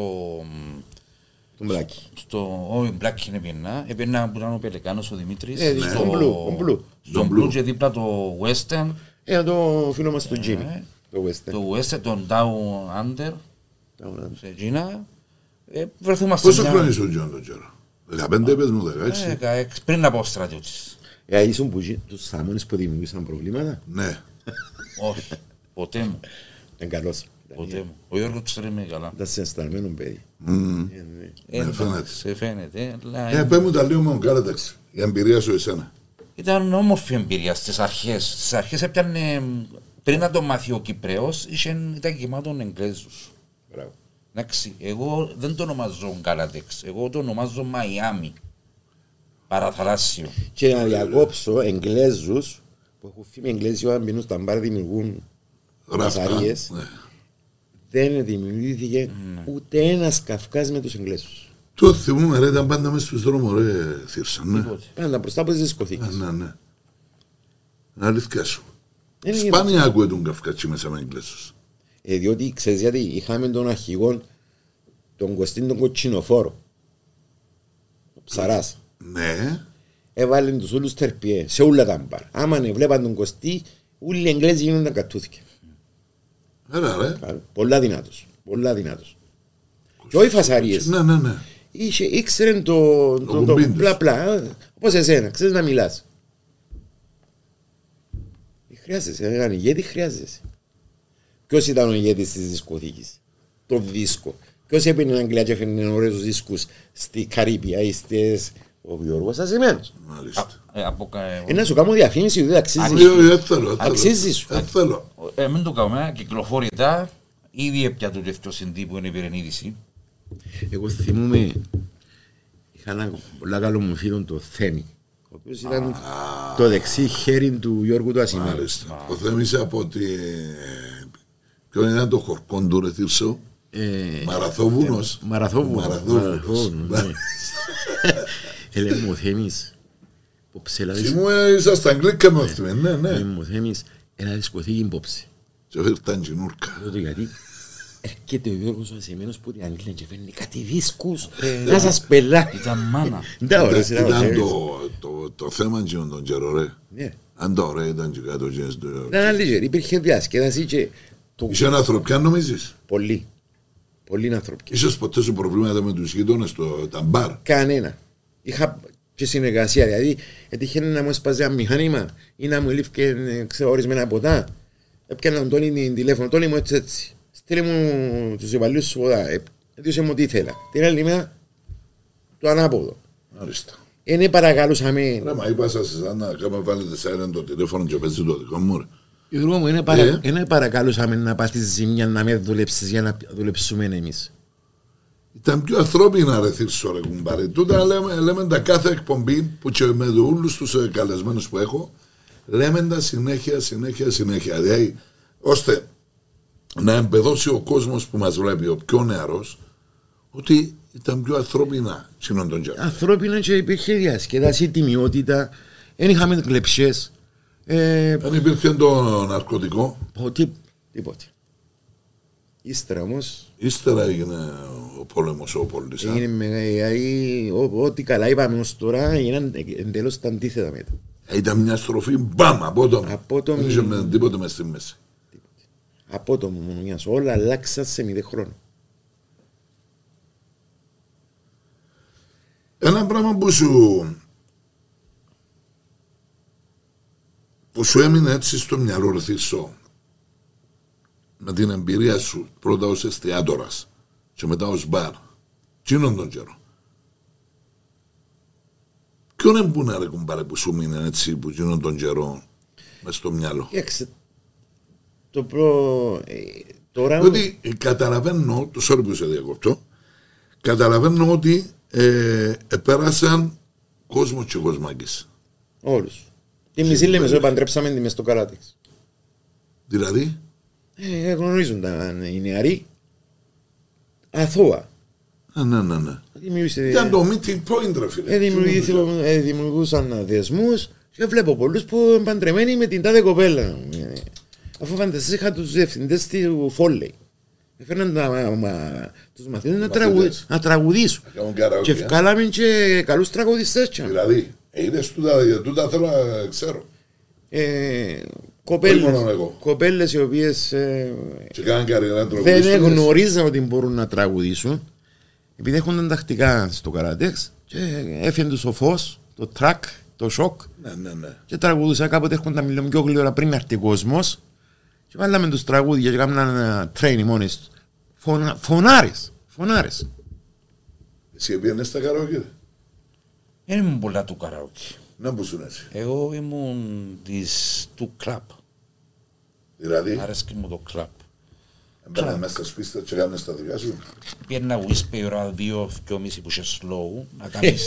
S2: Τον Μπλάκη.
S3: στο όχι, Black είναι πιένα, έπαιρνα που ήταν ο Πελεκάνος, ο Δημήτρης,
S2: Ε,
S3: στο-
S2: στον Blue, τον Blue.
S1: Τον
S3: Στον Blue
S1: Blue.
S3: και δίπλα το Western,
S2: Ε, το φίλο μας τον Τζίμι, το Western.
S3: το Western, τον Down Under, σε Κίνα. Ε, βρεθούμαστε
S1: Πόσο
S3: μια-
S1: χρόνο είσαι ο Τζον τον καιρό. 15 είπες μου, 16.
S3: Ε, δεκαέξι, πριν να πάω στρατιώτης.
S2: Ε, ήσουν που γι- τους σαμόνες που δημιουργήσαν προβλήματα.
S1: Ναι.
S3: Όχι, ποτέ μου,
S2: Ήταν καλός.
S3: ποτέ μου. Ο Γιώργος ξέρει με καλά.
S2: Ήταν συναισθαρμένο παιδί. Ε, ναι.
S3: Ε, εντάξει,
S1: φαίνεται.
S3: σε φαίνεται, αλλά
S1: Ε, πες μου τα λίγο με τον Κάλαταξ. Η εμπειρία σου εσένα.
S3: ήταν όμορφη εμπειρία στις αρχές. Στις αρχές έπιανε, πριν να το μάθει ο Κυπρέος, είχε- ήταν γεμάτον Εγγλέζους.
S2: Μπράβο.
S3: Εντάξει, εγώ δεν το ονομάζω Γκάλατεξ, εγώ το ονομάζω Μαϊάμι. Παραθαλάσσιο.
S2: Και να διακόψω Εγγλέζους που έχουν φύγει Εγγλέζοι όταν μπαίνουν στα μπαρ δημιουργούν
S1: Ράφτα.
S2: Καθαρίες.
S1: Ναι.
S2: δεν δημιουργήθηκε ούτε ένας Καυκάζ με τους Εγγλέζους.
S1: Το θυμούμαι ρε, ήταν πάντα μέσα στους δρόμους ρε, θύρσαν. Ναι.
S3: Τίποτε.
S2: Πάντα μπροστά από τις δισκοθήκες.
S1: Ναι, ναι, ναι. Είναι αλήθεια σου.
S2: Δεν είναι
S1: Σπάνια ακούω τον Καυκάτσι μέσα με Εγγλέσσους.
S2: γίνεται. Ε, διότι ξέρεις γιατί είχαμε τον αρχηγό, τον Κωστίν τον Κοτσινοφόρο. Ο ψαράς.
S1: Ναι.
S2: Έβαλε τους όλους τερπιές σε όλα τα μπαρ. Άμα ναι, βλέπαν τον Κωστή, όλοι οι Εγγλέζοι γίνονταν κατούθηκε.
S1: Έλα ρε.
S2: Πολλά δυνατός. Πολλά δυνατός. Και όχι φασαρίες.
S1: Ναι, ναι, ναι.
S2: Είχε, ήξερε το, το, το
S1: κουμπί τους.
S2: πλα πλα. Όπως εσένα, ξέρεις να μιλάς. Δεν χρειάζεσαι, ε, έναν ηγέτη χρειάζεσαι. Ποιος ήταν ο ηγέτης της δισκοθήκης, το δίσκο. Ποιος έπαιρνε την Αγγλία και έφερνε ωραίους δίσκους στη Καρύπια ή στις... Ο Γιώργος Ασημένος.
S1: Μάλιστα.
S3: Ε, από κα-
S2: Ε, να σου κάνω διαφήμιση, δεν αξίζει.
S1: Ε, ε, Δεν θέλω. δεν θέλω.
S2: Αξίζει σου.
S1: Δεν θέλω.
S3: Ε, μην το κάνουμε, κυκλοφορητά. Ήδη έπια το δεύτερο συντύπου είναι η Πυρενίδηση.
S2: Εγώ θυμούμαι, είχα ένα πολύ καλό μου φίλο το Θένη, ο οποίος ήταν το δεξί χέρι του Γιώργου του Ασημένου.
S1: Μάλιστα. Το θέμισε από τη... Ποιο είναι το χορκόν του Ρεθύρσο.
S2: Ε,
S1: Μαραθόβουνος.
S2: Μαραθόβουνος.
S1: Μαραθόβουνος.
S2: Μαραθόβουνος, ναι. *laughs* Ε, λέει μου ο Θέμης, ποψελάδης,
S1: Θυμούμε ε, ήσασταν κλίκα με αυτή. Ναι,
S2: λέει
S1: ναι.
S2: μου ο Θέμης, ένα δισκοθήκη υπόψη.
S1: Και φέρταν κοινούρκα.
S2: Λέω του γιατί. Έρχεται ο Γιώργος ο Ασημένος που την Αγγλία και φέρνει κάτι δίσκους, να σας πελάει.
S3: Ήταν μάνα.
S2: Ναι, ωραίος, ήταν
S1: Ήταν
S2: ωραίος.
S1: το- το- το θέμα εκείνον τον καιρό, ρε.
S2: Ναι.
S1: Αν τα ωραία ήταν και κάτω εκείνες το-
S2: Ήταν αλήθεια, υπήρχε διασκέδαση και το
S1: Είσαι ένα ανθρωπιά νομίζεις.
S2: πολύ, πολύ ανθρώπινο.
S1: Είσαι ποτέ σου προβλήματα με τους γείτονες, το- τα μπαρ.
S2: Κανένα. Είχα και συνεργασία. Δηλαδή, έτυχε να μου έσπαζε ένα μηχάνημα ή να μου λήφθηκε ε, ξέρω, ορισμένα ποτά. Έπιανα τον Τόνι την τηλέφωνο. Τόνι μου έτσι έτσι. Στείλε μου τους υπαλλήλους σου ποτά. Ε, Έδωσε μου τι ήθελα. Την άλλη μέρα το ανάποδο.
S1: Μάλιστα.
S2: Είναι παρακαλούσαμε.
S1: Ρε, μα είπα σας εσάς να κάμε βάλετε σε έναν το τηλέφωνο και παίζει το δικό μου, ρε.
S2: Γιώργο μου, είναι, παρα...
S1: Ε.
S2: είναι παρακαλούσαμε να πας στη ζημιά να με δουλέψεις για να δουλέψουμε εμείς.
S1: Ήταν πιο ανθρώπινα ρε θύρσο ρε κουμπάρε. Τούτα λέμε, λέμε τα κάθε εκπομπή που και με όλους τους ε, καλεσμένους που έχω λέμε τα συνέχεια, συνέχεια, συνέχεια. Δηλαδή, ώστε να εμπεδώσει ο κόσμος που μας βλέπει, ο πιο νεαρός, ότι ήταν πιο ανθρώπινα σύνον τον καιρό.
S2: Ανθρώπινο και υπήρχε διασκέδαση, τιμιότητα. Δεν είχαμε κλεψιές. Ε,
S1: Αν υπήρχε το ναρκωτικό,
S2: Πω, τι, τίποτε. Ύστερα όμως
S1: ύστερα έγινε ο πόλεμος ο Πολυσάν.
S2: έγινε μεγάλη. δηλαδή, ό- Ό,τι καλά είπαμε ω τώρα έγιναν εντελώς τα αντίθετα μετά.
S1: Ε, Ήταν μια στροφή, μπαμ, απότομη.
S2: Απότομη.
S1: Δεν είχε με- τίποτε μες στη μέση.
S2: Από το μονομιάς, όλα αλλάξαν σε μηδέν χρόνο.
S1: Ένα πράγμα που σου που σου έμεινε έτσι στο μυαλό ρε Θησό, με την εμπειρία σου πρώτα ως εστιατόρας και μετά ως μπαρ τσίνον τον καιρό ποιον εμπούνε ρε κουμπάρε που σου μείνε έτσι που τσίνον τον καιρό μες στο μυαλό
S2: Κοίταξε. Το προ. ε, Τώρα.
S1: Ότι ε, καταλαβαίνω, το sorry που σε διακόπτω, καταλαβαίνω ότι ε, επέρασαν κόσμο και κοσμάκες.
S2: Όλους. Τη μισή λέμε ότι παντρέψαμε τη μες στο καράτεξ.
S1: Δηλαδή,
S2: Ε, γνωρίζουν τα ε, οι νεαροί. Αθώα.
S1: ναι, ναι, ναι. ναι.
S2: Δημιούργησε.
S1: Ήταν το meeting point, ρε φίλε.
S2: Ε, δημιουργήθηκαν- ε, δημιουργούσαν δεσμού και βλέπω πολλούς που είναι παντρεμένοι με την τάδε κοπέλα. Ε, Αφού φανταστείς είχα τους διευθυντές του Φόλεϊ. Έφεραν τους μαθητές να, τραγου-
S1: Μαθητές.
S2: να τραγουδήσουν.
S1: Κάνουν καραόκε,
S2: Και
S1: ε.
S2: βγάλαμε και καλούς τραγουδιστές.
S1: Δηλαδή, ε, είδες τούτα, για τούτα θέλω να ξέρω.
S2: Ε,
S1: Όχι μόνο εγώ.
S2: Κοπέλες οι οποίες
S1: Και κάναν καριέρα τραγουδιστές.
S2: δεν γνωρίζαν ότι μπορούν να τραγουδήσουν επειδή έχουν τακτικά στο καρατέξ και έφυγε τους ο φως, το τρακ, το σοκ
S1: Ναι, ναι, ναι.
S2: και τραγουδούσα κάποτε έχουν τα μιλάμε πιο γλυόρα πριν έρθει ο κόσμος και βάλαμε τους τραγούδια και κάναμε ένα τρέινι μόνοι τους Φωνα, φωνάρες, φωνάρες
S1: Εσύ έπιανες στα καραόκε. ρε.
S3: Δεν Ε, ήμουν πολλά του καραόκι.
S1: Να που σου έτσι.
S3: Εγώ ήμουν της, του κλαπ.
S1: Δηλαδή,
S3: Άρεσκε μου το κλαπ.
S1: μπαίναν μέσα στα σπίτια και κάνες τα δικά σου.
S3: Πιέρνα ουίσπε η ώρα δύο, δυο μισή που είσαι slow,
S1: *laughs*
S3: να κάνεις,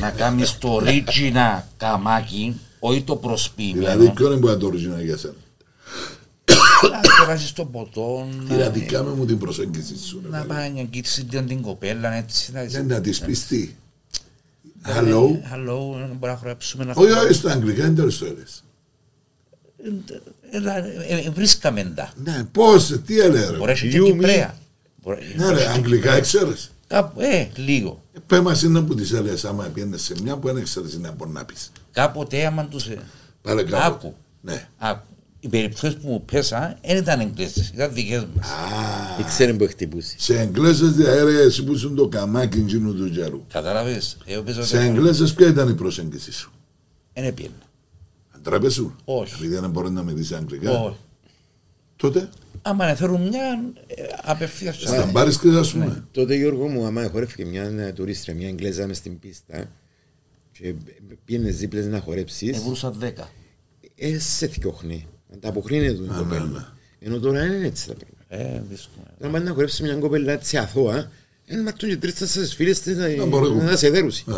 S3: να κάνεις το ρίτσινα καμάκι, όχι το
S1: Δηλαδή,
S3: προσπίμενο.
S1: ποιο είναι που είναι το original για σένα.
S3: να περάσεις το ποτό, να-
S1: Δηλαδή,
S2: ναι.
S1: κάμε μου την προσέγγιση σου. ρε,
S3: να
S1: παιδί.
S3: πάει να αγγίξει την την κοπέλα, έτσι. Να
S1: Δεν να
S2: Ε.
S1: της πεις τι. Hello.
S3: Hello, να μπορούμε να χορέψουμε να
S1: Όχι, όχι, στα αγγλικά είναι τέλος τέλος.
S3: Έλα, ε, ε, Βρίσκαμε τα.
S1: Ναι, πώς, τι έλεγε ρε.
S3: Μπορέσει και
S2: you, me.
S3: Κυπρέα. Μπορεί-
S1: Ναι ρε, αγγλικά ξέρεις.
S3: Κάπου, ε, λίγο.
S1: Ε, Πέ μας είναι που τις έλεγες άμα πιένες σε μια που δεν ξέρεις να μπορείς να πεις.
S3: Κάποτε άμα τους... ε,
S1: Πάρε κάπου.
S3: Άκου.
S1: Ναι.
S3: Άκου. οι περιπτώσεις που μου πέσα δεν ήταν εγκλέστε, ήταν δικές μας.
S2: Ξέρει που χτυπούσε.
S1: Σε εγγλέζες διαέρεες που ήσουν το καμάκι εκείνου του τζαρού.
S3: Κατάλαβες, εγώ παίζω
S1: Σε εγγλέζες ποια ήταν η προσέγγιση σου.
S3: Δεν έπαιρνε.
S1: Αντράπε σου.
S3: Όχι.
S1: Επειδή δεν μπορεί να μιλήσει αγγλικά.
S3: Όχι.
S1: Τότε
S3: Άμα να θέλουν μια, ε, απευθείας
S2: Ε.
S1: θα την πάρεις και ας πούμε.
S2: Τότε Γιώργο μου, άμα χορεύτηκε μια ε, τουρίστρια, μια Εγγλέζα μες στην πίστα και πήγαινε ζήπλες να χορέψεις,
S3: Εβρούσα 10.
S2: ε, σε θκιόχνει. Να τα αποχρίνει του
S1: ναι, ναι.
S2: κοπέλα. Ενώ τώρα είναι έτσι τα πράγματα.
S3: Ε, δύσκολο.
S2: Να πάει να χορέψει μια κοπέλα έτσι αθώα, ένα μαρτούν και τρεις τέσσερις φίλες της να-
S1: Να μπορούν.
S2: να σε δέρουσει.
S1: Ε,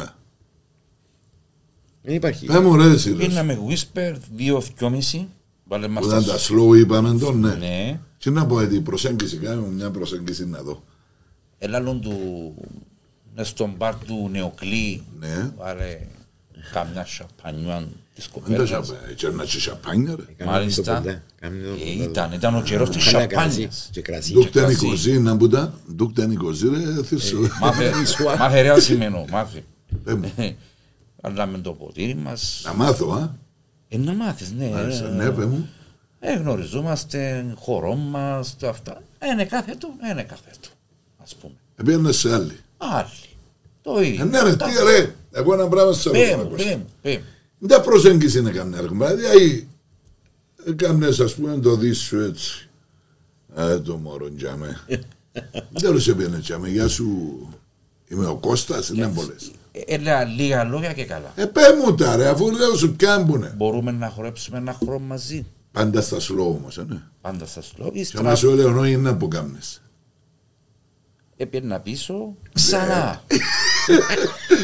S2: Δεν υπάρχει.
S1: Πέ Ε. μου ρε εσύ. ρε.
S3: Πήραμε whisper 2-2,5. Βάλε μας
S1: Που ήταν τα
S3: τα σου.
S1: slow είπαμε τον, ναι.
S3: Ναι.
S1: Τι να πω, έτσι, η προσέγγιση, κάνε μου μια προσέγγιση να δω.
S3: Ελάλλον του μες στον μπαρ του Νεοκλή
S1: Ναι.
S3: βάλε καμιά σαπανιούα της
S1: Δεν τα
S3: κοπέλας.
S1: σαπάνια, έτσι ένα σαπάνια ρε.
S2: Κάμνε το
S3: μάλιστα.
S2: κοντά, κάμνε το
S3: Ε,
S2: κοντά.
S3: Ήταν, ήταν ο καιρός της
S2: Καλά κρασί
S3: σαπάνιας.
S2: και κρασί.
S1: Δούκτε
S3: κρασί.
S1: νοικοζή, να που ήταν. Δούκτε νοικοζή ρε, θύσου.
S3: Μάθε,
S2: Ισουά.
S3: μάθε ρε ασημένω, μάθε. *laughs*
S1: Πέ μου,
S3: Αλλάμε το ποτήρι μας.
S1: Ε, Να μάθω, α.
S3: Ε, να μάθεις, ναι.
S1: Άρεσε,
S3: ε,
S1: Ναι, πέ μου.
S3: Ε, γνωριζόμαστε, χωρό μας, τα αυτά. Ε, είναι κάθε του, ε, είναι κάθε του, ας πούμε.
S1: Επίενες Ε, σε άλλη.
S3: Άλλοι. Το ίδιο.
S1: Ε, Ναι ρε,
S3: Τα-
S1: τι ρε. Εγώ ένα πράγμα σας
S3: Πέ
S1: αρέσει να
S3: μου,
S1: ακούσω.
S3: πέ μου, πέ μου.
S1: Δεν προσέγγιση είναι καμιά έργο. Δηλαδή, έκαμνες ας πούμε το δεις σου έτσι. Ε, το μωρό τζάμε.
S3: Ε.
S1: Δεν σε πιάνε τζάμε. Γεια σου. Είμαι ο Κώστας, είναι πολλές.
S3: Ε, Έλα λίγα λόγια και καλά.
S1: Ε, πέ μου τα ρε, αφού λέω σου κάμπουνε.
S3: Μπορούμε να χορέψουμε ένα χρόνο μαζί.
S1: Πάντα στα σλό όμως, ε, ναι.
S3: Πάντα σας λέω.
S1: Και άμα
S3: Ύστερα
S1: σου λέω, νόη είναι που κάμνες.
S3: έπαιρνα πίσω,
S1: Ναι. *laughs*
S3: ξανά.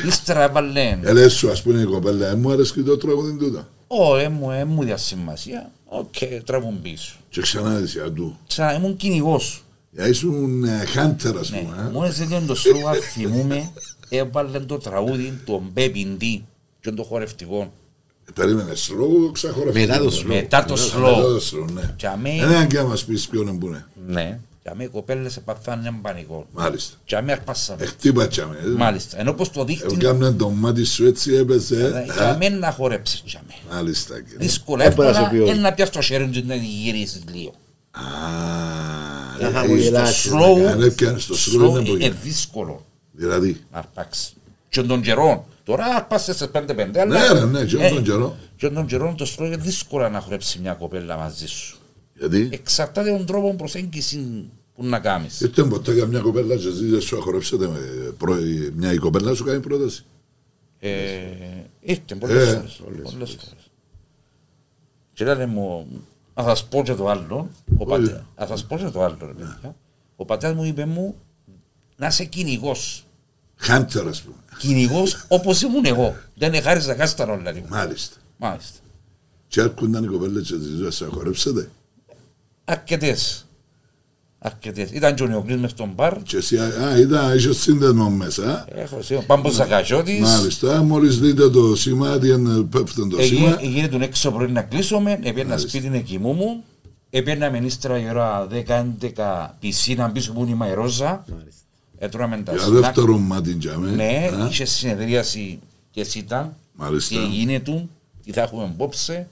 S3: Ύστερα έβαλε.
S1: Ε, λες σου, ας πούμε, η κοπέλα, ε, μου αρέσει και το τραγούδι τούτο.
S3: Ω, έμου, έμου διασημασία. ε, Οκ, τραβούν πίσω.
S1: Και ξανά δεις, α, του.
S3: Ξανά ήμουν κυνηγός.
S1: Ε, Ήσουν ε, χάντερ, ας
S3: Ναι.
S1: πούμε. ε.
S3: Μόλις τελειώνει το σλόγα, θυμούμε, έβαλε το τραγούδι των Μπέμπιντι και των χορευτικών.
S1: Ε, Περίμενε, slow, ξαχωρευτικό.
S2: Μετά το slow.
S3: Μετά το
S1: Μετά
S3: σλόγα.
S1: το slow, ναι.
S3: Και αμέ-
S1: Ε, ναι, αν και να μας πεις ποιον είναι που είναι.
S3: Ναι. Και αμέ οι κοπέλες επαθάνε έναν πανικό.
S1: Μάλιστα.
S3: Και αμέ αρπάσαμε.
S1: Εκτύπατσα με.
S3: Μάλιστα. Ενώ πως το
S1: Εγώ
S3: δείχνει,
S1: κάμουν το μάτι σου έτσι έπεσε.
S3: και
S1: ε.
S3: αμέ να χορέψεις. και αμέ.
S1: Μάλιστα κύριε.
S3: Δύσκολα,
S2: Δεν πέρασε
S3: εύκολα,
S2: ποιον.
S3: είναι να πιάσεις το χέρι του να γυρίσεις λίγο.
S1: Α,
S2: Να
S1: ε,
S2: χαμογελάσει.
S1: στο slow, αν έπιανες στο slow είναι
S3: slow
S1: που
S3: είναι
S1: γίνεται.
S3: δύσκολο
S1: Δηλαδή.
S3: να αρπάξεις. Και των καιρών. Τώρα αρπάσαι σε 5-5.
S1: Ναι
S3: αλλά-
S1: ρε, ναι, και
S3: Ε,
S1: τον καιρό.
S3: Και των καιρών το slow είναι δύσκολο να χορέψει μια κοπέλα μαζί σου.
S1: Γιατί.
S3: Εξαρτάται τον τρόπο προσέγγισης που να κάνεις.
S1: Ήρθε ποτέ καμιά κοπέλα και ζήτησε σου αχορέψετε με πρώη- μια η κοπέλα σου κάνει πρόταση.
S3: Ε, Ήρθε πολλές
S1: Ε,
S3: φορές, πολλές φορές. Και λένε μου, να σας πω και το άλλο, ο
S1: Ωραία.
S3: πατέρας, να σας πω και το άλλο, ρε παιδιά. Ο πατέρας μου είπε μου, να είσαι κυνηγός.
S1: Χάντερ ας πούμε.
S3: Κυνηγός όπως ήμουν εγώ. Δεν έχαρες να κάνεις τα ρόλα μου.
S1: Μάλιστα.
S3: Μάλιστα.
S1: Και έρχονταν οι κοπέλες και ζήτησε σου αχορέψετε.
S3: Αρκετές. Αρκετές. Ήταν και ο Νεοκλής μες στον μπαρ.
S1: Και εσύ, α, είδα, είσαι σύνδεσμο μέσα. ε.
S3: Έχω εσύ, ο Πάμπος Ζακαζιώτης.
S1: Μάλιστα, μόλις δείτε το σήμα, τι είναι, πέφτουν το
S3: Εγι-
S1: σήμα.
S3: Έγινε τον έξω πρωί να κλείσουμε, έπαιρνα σπίτι να κοιμούμουν, έπαιρναμε ύστερα η ώρα 10-11 πισίνα πίσω που είναι η Μαϊρόζα,
S2: Μάλιστα.
S3: έτρωαμε τα
S1: Για
S3: σνακ,
S1: δεύτερο Ε. μάτι για με.
S3: ε, ναι,
S1: α.
S3: είχε συνεδρίαση και εσύ ήταν,
S1: Μάλιστα.
S3: τι γίνεται, τι θα έχουμε απόψε,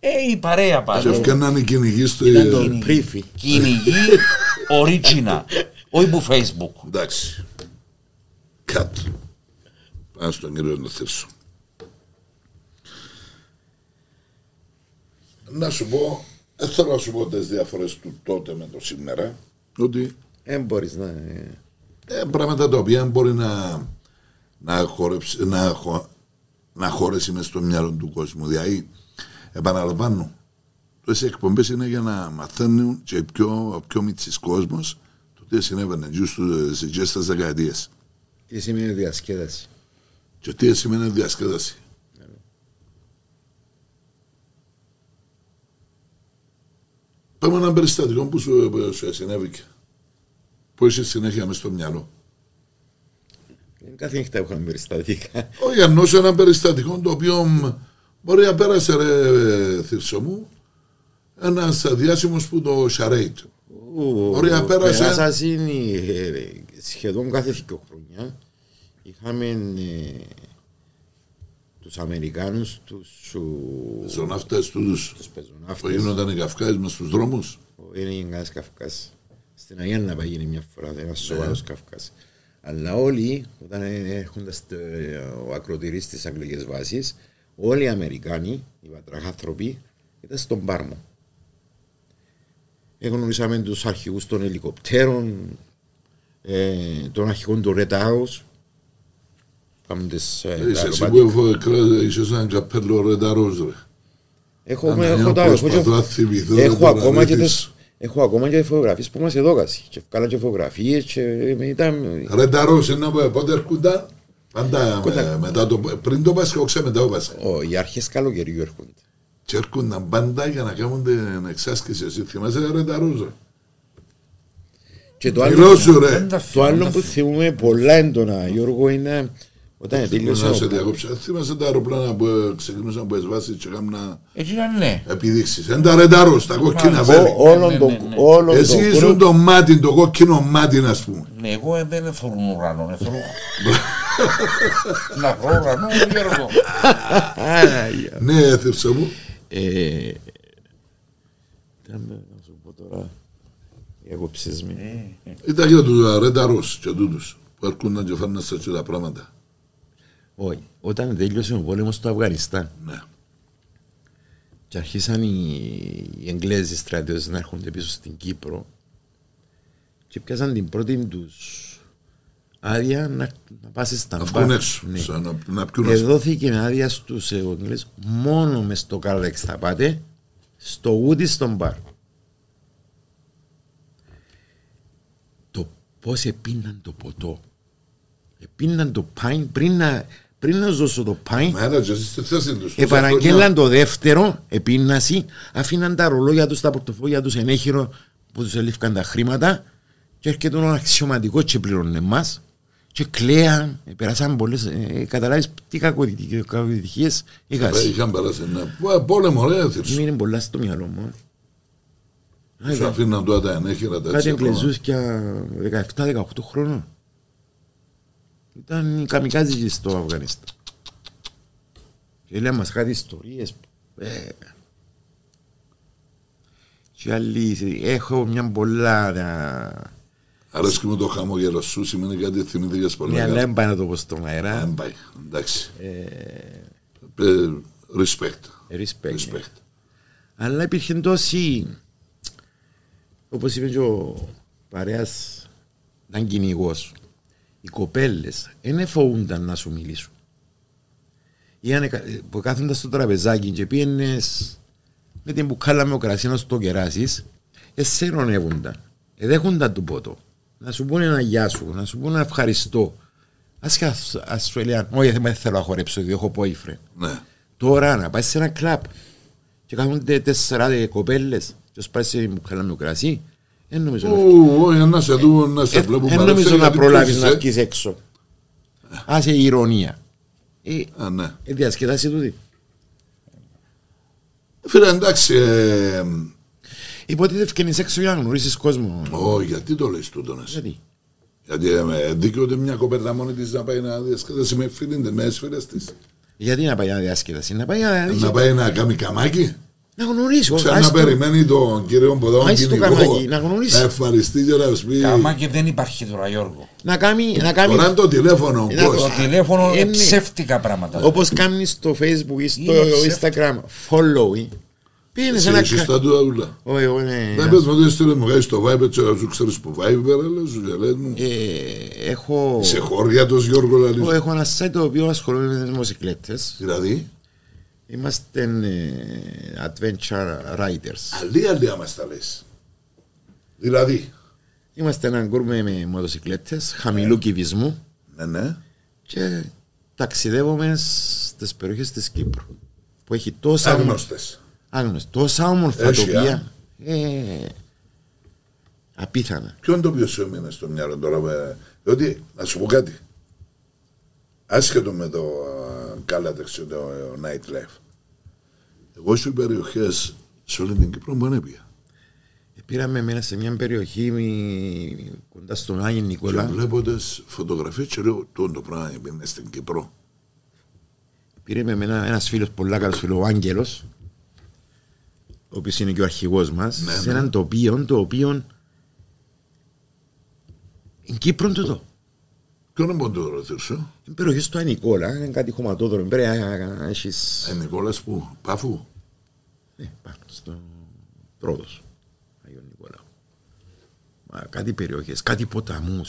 S3: ε, η παρέα
S1: Και
S3: πάλι,
S1: έφτιαναν οι κυνηγοί στο
S2: Ήταν το
S1: ίδιο.
S2: πρίφι.
S3: κυνηγή
S1: *laughs*
S3: original, όχι που facebook.
S1: Εντάξει. Κατ. Πάμε στον κύριο να θέσω. Να σου πω, δεν θέλω να σου πω τις διαφορές του τότε με το σήμερα, ότι
S2: Δεν μπορείς να... ε,
S1: ε, πράγματα τα οποία μπορεί να, να, χορέψει, να, χω- να χωρέσει μες στο μυαλό του κόσμου. Δηλαδή, επαναλαμβάνω, οι εκπομπές είναι για να μαθαίνουν και οι πιο, ο πιο μυτσής κόσμος το τι συνέβαινε ε, γύρω στους- στις γέστες δεκαετίες.
S2: Τι σημαίνει διασκέδαση.
S1: Και τι σημαίνει διασκέδαση. Πάμε ένα περιστατικό που σου, σου συνέβηκε. Που είσαι συνέχεια μέσα στο μυαλό.
S2: Ε, Κάθε νύχτα έχουμε περιστατικά.
S1: Όχι, ενώ σε ένα περιστατικό το οποίο μ, μπορεί να πέρασε ρε θύρσο μου ένας διάσημος που το Σαρέιτ.
S2: Ο-
S1: Ωραία,
S2: ο-
S1: πέρασε.
S2: Περάσας είναι ε, σχεδόν κάθε δύο χρόνια. Είχαμε ε, τους Αμερικάνους, τους
S1: Στον αυτές τους
S2: τους
S1: που
S2: πεζοναύτες.
S1: γίνονταν οι Καυκάες μες στους δρόμους.
S2: Ο- Είναι κανένας Καυκάς. Στην Αγία να γίνει μια φορά, ένα σοβαρός Καυκάς. Αλλά όλοι, όταν ε, έρχονται στο ε, ο ακροτηρής στις αγγλικές βάσεις, όλοι οι Αμερικάνοι, οι βατραχάνθρωποι, ήταν στον Πάρμο. Εγνωρίσαμε τους αρχηγούς των ελικοπτέρων, ε, των αρχηγών του Ρετάους, κάνουν τις ε,
S1: Ε,
S2: τα
S1: Είσαι εσύ
S2: αεροπάτια.
S1: που έφαγε κρέα- είσαι σαν καπέλο ρε τα ρόζρε.
S2: Έχω,
S1: Άμα
S2: έχω,
S1: εγώ
S2: τα-
S1: προσπαθώ
S2: έχω-
S1: να θυμηθώ
S2: έχω
S1: το
S2: ακόμα και
S1: βραδύ της.
S2: τις, έχω ακόμα και φωτογραφίες που μας εδώκασε. Και βγάλα και φωτογραφίες και ε, ήταν...
S1: Ρε τα ρόζρε να πω, ε, πότε έρχονταν. Πάντα
S2: Κοντά.
S1: ε, μετά το, πριν το Πάσχα, όχι μετά το Πάσχα.
S2: Ω, οι αρχές καλοκαιριού έρχονται.
S1: Και έρχονταν πάντα για να κάνουν την εξάσκηση. Εσύ θυμάσαι ρε τα ρόζρε.
S2: Και το άλλο,
S1: Μιλώ σου ρε.
S3: Δεν τα
S2: το
S3: θυμώ,
S2: άλλο
S3: δεν τα
S2: που θυμούμε πολλά έντονα, Γιώργο, είναι όταν τελείωσε
S1: Να σε
S2: ο
S1: διακόψω. Ε, Θυμάσαι τα αεροπλάνα που ε, ξεκινούσαν από εσβάσεις και έκαναν ε,
S3: θυμώ. Εκείνα ναι.
S1: επιδείξεις. Εν τα ρε τα ρόζ, τα κόκκινα
S3: Μάλιστα.
S1: βέλη.
S2: Ο- όλον
S3: Ναι,
S2: το
S3: ναι, ναι.
S2: όλον το
S1: Εσύ ήσουν
S2: group-
S1: το μάτι, το κόκκινο μάτι ας πούμε.
S3: Ναι, Εγώ ε, δεν εθωρούν ουρανό,
S1: *laughs*
S3: εθωρούν. Να βρω ουρανό, ε, Γιώργο.
S2: Άραγε.
S1: Ναι, έθιψε μου.
S2: Ε, ήταν, να σου πω τώρα, διακόψεις με.
S1: Ήταν για τους ε, ρενταρούς και τούτους που έρχονταν και φέρναν σε τα πράγματα.
S2: Όχι, όταν τελείωσε ο πόλεμος στο Αφγανιστάν,
S1: Ναι.
S2: Και αρχίσαν οι, οι Εγγλέζοι στρατιώτες να έρχονται πίσω στην Κύπρο και πιάσαν την πρώτη τους άδεια να, να πάσει στα
S1: Να
S2: μπαρ.
S1: βγουν έξω,
S2: Ναι.
S1: σαν να- να πιούν ας πούμε.
S2: Εδόθηκε άδεια στους Εγγλέζους μόνο μες στο Κάλεξ θα πάτε στο Woody στον μπαρ. Το πώς επίναν το ποτό. Επίναν το πάιν πριν να, πριν να ζώσω το πάιν
S1: Μα έλα και εσύ στη θέση τους. τόσα
S2: Επαναγγέλναν
S1: χρόνια.
S2: το δεύτερο, επίναση, αφήναν τα ρολόγια τους, τα πορτοφόλια τους ενέχειρο που τους ελήφκαν τα χρήματα και έρχεται ο αξιωματικό και πληρώνε εμάς. Και κλαίαν, ε, περάσαν πολλές. Ε, Καταλάβεις τι κακοδυτικέ είχα.
S1: Ε, Είχαν περάσει ένα πο- πόλεμο ρε έθιψε.
S2: Μείνει πολλά στο μυαλό μου. ε.
S1: Σου αφήναν τώρα τα ενέχειρα τα
S2: Κάτι
S1: έτσι ακόμα.
S2: εγκλεζούσκια 17-18 χρόνων. Ήταν οι καμικάζικοι στο Αφγανιστάν. Και λέμε μας κάτι ιστορίες. Ε. Και άλλοι, έχω μια πολλά... ε, να-
S1: Αρέσκει μου το χαμόγελο σου, σημαίνει κάτι θυμήθηκες πολύ.
S2: Μια
S1: καλά.
S2: δεν πάει να το πω στον αέρα.
S1: Δεν πάει, Ε, εντάξει. Ε, Respect.
S2: Respect. ναι.
S1: Respect.
S2: Αλλά υπήρχε τόση... Όπως είπε και ο παρέας, ήταν κυνηγός. Οι κοπέλες δεν φοβούνταν να σου μιλήσουν. Είχαν, εκα- ε, που κάθονταν στο τραπεζάκι και πήγαινες με την μπουκάλα με ο κρασί να σου το κεράσεις, εσέρωνεύονταν. Εδέχονταν το πότο. Να σου πούνε ένα γεια σου, να σου πούνε ένα ευχαριστώ. Ας, και ας, ας σου έλεγαν, όχι δεν θέλω να χορέψω, διότι έχω boyfriend.
S1: Ναι.
S2: Τώρα να πάεις σε ένα κλαμπ και κάθονται τέσσερα ε, κοπέλες και σπάει σε μπουκάλα με κρασί, δεν νομίζω να φύγει.
S1: Ου, Όχι, να σε δουν, να σε
S2: Ε,
S1: βλέπουν
S2: Δεν
S1: παρέσεις,
S2: νομίζω να
S1: γιατί
S2: προλάβεις
S1: πούσες, ε.
S2: να βγεις έξω. Άσε η ηρωνία. Ε,
S1: Α, ναι.
S2: ε, διασκεδάσαι τούτη.
S1: Φίλε, εντάξει, ε,
S2: Υποτίθεται ευκαινείς έξω για να γνωρίσεις κόσμο.
S1: ω, γιατί το λες τούτον εσύ.
S2: Γιατί.
S1: Γιατί ε, με δίκαιο ότι μια κοπέλα μόνη της να πάει να διασκεδάσει με φίλη, με τις φίλες της.
S2: Γιατί να πάει να διασκεδάσει, να πάει να,
S1: Να πάει να κάνει καμάκι.
S2: να γνωρίσει. όχι,
S1: Ξανά
S2: ας το-
S1: περιμένει τον κύριο που εδώ
S2: Άι στο καμάκι,
S1: κυνηγό.
S2: να γνωρίσει.
S1: Να ευχαριστεί και να σου πει.
S3: Καμάκι Ε, δεν υπάρχει τώρα, Γιώργο.
S2: Να κάνει, να κάνει
S1: Τώρα είναι το τηλέφωνο
S2: Ε, να
S1: πώς.
S2: το-
S3: Το
S2: Α,
S3: τηλέφωνο
S2: είναι.
S3: είναι ψεύτικα πράγματα.
S2: όπως κάνεις στο facebook ή στο
S3: Είναι ψεύτη.
S2: instagram follow. Πήγαινες
S1: Εσύ
S2: σε ένα...
S1: έχεις
S2: κα-
S1: τα τούτα ούλα.
S2: Όχι, όχι, ναι.
S1: Δεν πες μου ότι στείλε μου γάεις στο Viber και να σου ξέρεις που Viber έλα σου και λες μου.
S2: Ε, έχω...
S1: Σε χώρια τους Γιώργο Λαλής.
S2: Εγώ έχω ένα site το οποίο ασχολούμαι με τις μοσικλέτες.
S1: Δηλαδή,
S2: Είμαστε ε, adventure riders.
S1: αλλή αλλή άμα στα λες. Δηλαδή.
S2: Είμαστε ένα γκρουπ με, με μοτοσικλέτες χαμηλού κυβισμού
S1: Ναι, ναι.
S2: και ταξιδεύουμε στις περιοχές της Κύπρου που έχει τόσα, όμορφα-
S1: Άγνωστες.
S2: άγνωστες, τόσα όμορφα
S1: Έχει,
S2: τοπία ε, απίθανα.
S1: Ποιο είναι το οποίο σου έμεινε στο μυαλό τώρα, με... διότι να σου πω κάτι. Άσχετο με το ε, καλά ταξίδι, το ε, nightlife. Εγώ σε περιοχές σε όλη την Κύπρο μου ανέπεια.
S2: Ε, Πήραμε μένα σε μια περιοχή μη- κοντά στον Άγιο
S1: Και
S2: Νικόλα.
S1: βλέποντας φωτογραφίες, και λέω τούτο το πράγμα έμεινε στην Κύπρο.
S2: Πήρε με εμένα ένας φίλος πολλά καλός φίλος, ο Άγγελος, ο οποίος είναι και ο αρχηγός μας,
S1: Ναι,
S2: σε
S1: ναι.
S2: έναν τοπίο, το οποίο είναι Κύπρο τούτο.
S1: Ποιο να μπορώ να το ρωτήσω.
S2: Είναι περιοχές του Ανικόλα, είναι κάτι χωματόδρομο, πρέπει να έχεις...
S1: Ε, Νικόλας που, Πάφου.
S2: Ναι, πάνω στο πρώτος. Αγιον Νικολάου. Μα, κάτι περιοχές, κάτι ποταμούς.